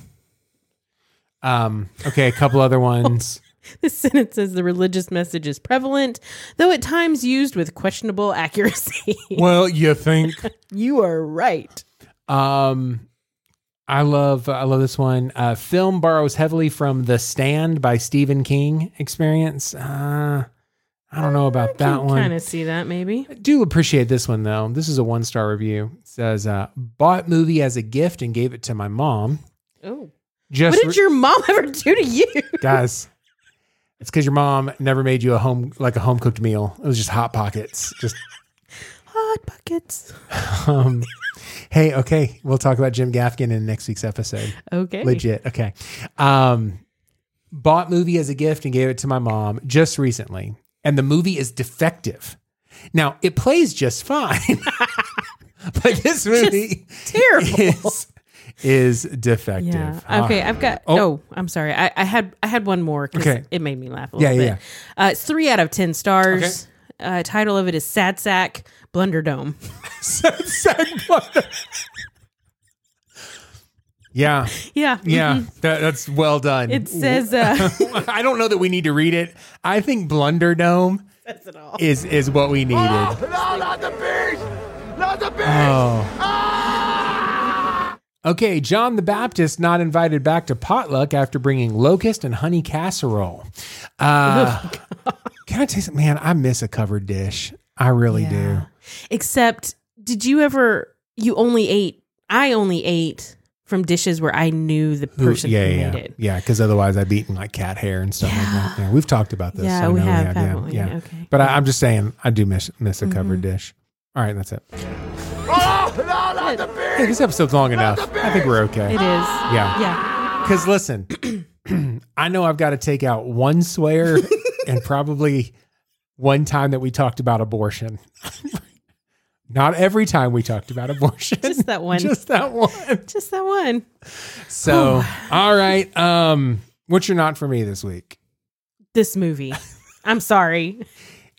S1: Um, okay. A couple other ones.
S2: This sentence says the religious message is prevalent, though at times used with questionable accuracy.
S1: well, you think.
S2: you are right.
S1: Um, I love I love this one. Uh, film borrows heavily from The Stand by Stephen King experience. Uh, I don't know about that one.
S2: Kind of see that maybe.
S1: I do appreciate this one though. This is a one star review. It says uh, bought movie as a gift and gave it to my mom.
S2: Oh.
S1: Just
S2: What
S1: re-
S2: did your mom ever do to you?
S1: guys. It's because your mom never made you a home like a home cooked meal. It was just hot pockets. Just
S2: Hot buckets.
S1: um, hey, okay, we'll talk about Jim Gaffigan in next week's episode.
S2: Okay.
S1: legit okay um bought movie as a gift and gave it to my mom just recently and the movie is defective now it plays just fine but this movie
S2: Terrible.
S1: is, is defective
S2: Yeah.
S1: All
S2: Okay.
S1: right.
S2: I've got. Oh,
S1: Oh.
S2: I'm sorry. I, I had I had one more because
S1: Okay.
S2: it made me laugh a
S1: Yeah,
S2: little
S1: yeah,
S2: bit. Uh, it's three out of ten stars. Uh, title of it is Sad Sack Blunderdome.
S1: Sad, sad mother. yeah
S2: yeah.
S1: yeah that, that's well done
S2: It says uh,
S1: i don't know that we need to read it i think blunderdome
S2: that's it all.
S1: is is what we needed
S3: Oh, No, not the beast! Not the beast! Ah!
S1: Oh. Okay, John the Baptist not invited back to potluck after bringing locust and honey casserole. Uh,
S2: Oh
S1: can I tell you something? Man, I miss a covered dish. I really do.
S2: Except, did you ever? You only ate. I only ate from dishes where I knew the
S1: Who-
S2: person
S1: yeah,
S2: who
S1: yeah,
S2: made
S1: yeah.
S2: it.
S1: yeah. Because otherwise, I've eaten like cat hair and stuff like that. Yeah, we've talked about this.
S2: Yeah,
S1: I
S2: we
S1: know
S2: have,
S1: yeah,
S2: haven't we?
S1: yeah.
S2: Okay. Mm-hmm.
S1: But I, I'm just saying, I do miss miss a covered dish. All right, that's it.
S3: No, not the
S1: Hey, this episode's long enough. I think we're okay.
S2: It is.
S1: Yeah.
S2: Yeah.
S1: Because listen, I know I've got to take out one swear and probably one time that we talked about abortion. Not every time we talked about abortion.
S2: Just that one.
S1: Just that one.
S2: Just that one. Oh.
S1: So, all right. Um, what's your not for me this week?
S2: This movie. I'm sorry.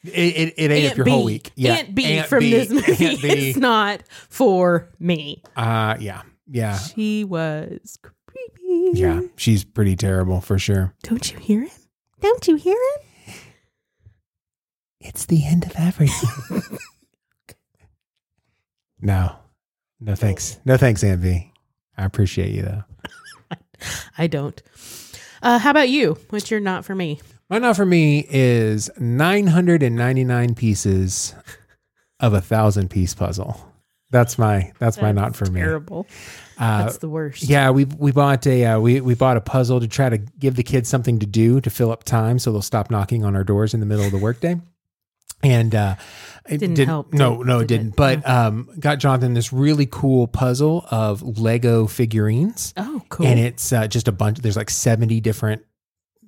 S1: It, it, it ate up your
S2: B.
S1: whole week.
S2: Aunt B from this movie
S1: Aunt B.
S2: is not for me.
S1: Uh, yeah. Yeah.
S2: She was creepy.
S1: Yeah. She's pretty terrible for sure.
S2: Don't you hear him? Don't you hear him?
S1: It's the end of everything. no, no thanks. No thanks, Aunt V. I appreciate you though.
S2: I don't. Uh, how about you? What's your not for me?
S1: My not for me is 999 pieces of a thousand piece puzzle. That's my that's, my not for me. Uh,
S2: Terrible. That's the worst.
S1: Yeah, we we bought a uh, we we bought a puzzle to try to give the kids something to do to fill up time so they'll stop knocking on our doors in the middle of the workday. And uh, it
S2: Didn't help,
S1: No,
S2: did-
S1: no, it
S2: did it?
S1: didn't. But um, got Jonathan this really cool puzzle of Lego figurines,
S2: Oh, cool.
S1: and it's uh, just a bunch. There's like seventy different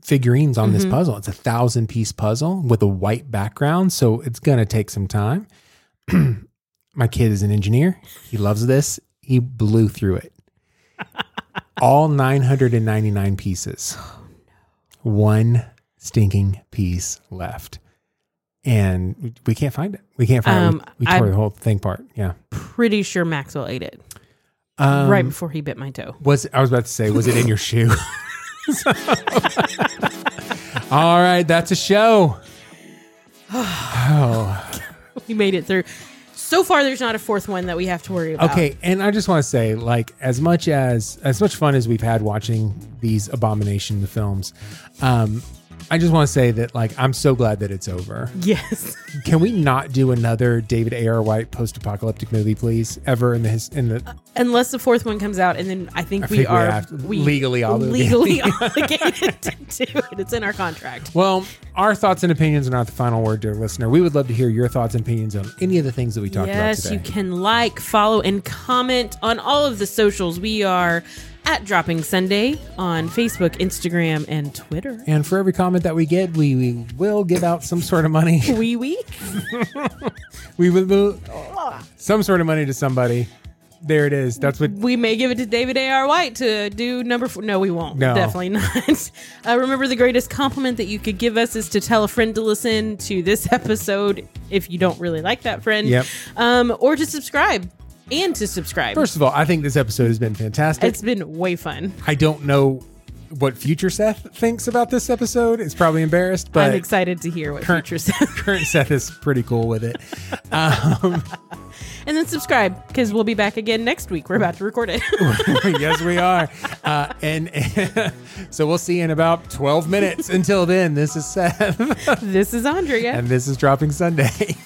S1: figurines on
S2: Mm-hmm.
S1: this puzzle. It's a thousand piece puzzle with a white background, so it's gonna take some time. My kid is an engineer. He loves this. He blew through it. All 999 pieces.
S2: Oh,
S1: One stinking piece left. And we- we can't find it. We can't find
S2: Um,
S1: it. We, we tore
S2: I-
S1: the whole thing apart. Yeah.
S2: Pretty sure Maxwell ate it
S1: Um,
S2: right before he bit my toe.
S1: Was I was about to say, was it in your shoe? All right, that's a show. Oh,
S2: We made it through. So far, there's not a fourth one that we have to worry about.
S1: Okay, and I just want to say, like, as much as as much fun as we've had watching these abomination the films, um, I just want to say that, like, I'm so glad that it's over.
S2: Yes.
S1: Can we not do another David A. R. White post-apocalyptic movie, please, ever in the his, in the
S2: unless the fourth one comes out, and then I think we
S1: think we
S2: are
S1: have to- legally obligated.
S2: legally obligated to do it. It's in our contract.
S1: Well, our thoughts and opinions are not the final word, dear listener. We would love to hear your thoughts and opinions on any of the things that we talked
S2: Yes,
S1: about today.
S2: you can like, follow, and comment on all of the socials. We are at Dropping Sunday on Facebook, Instagram, and Twitter.
S1: And for every comment that we get, we, we will give out some sort of money.
S2: Wee wee.
S1: We will move some sort of money to somebody. There it is. That's what
S2: We may give it to David A.R. White to do number four. No, we won't.
S1: No.
S2: Definitely not. Uh, remember, the greatest compliment that you could give us is to tell a friend to listen to this episode if you don't really like that friend.
S1: Yep.
S2: Um, or to subscribe and to subscribe.
S1: First of all, I think this episode has been fantastic.
S2: it's been way fun.
S1: I don't know what future Seth thinks about this episode. It's probably embarrassed, but
S2: I'm excited to hear what
S1: current-
S2: future says.
S1: current Seth is pretty cool with it.
S2: and then subscribe because we'll be back again next week. We're about to record it.
S1: yes, we are. Uh, and, so we'll see you in about 12 minutes. Until then, this is Seth,
S2: this is Andrea.
S1: and this is Dropping Sunday.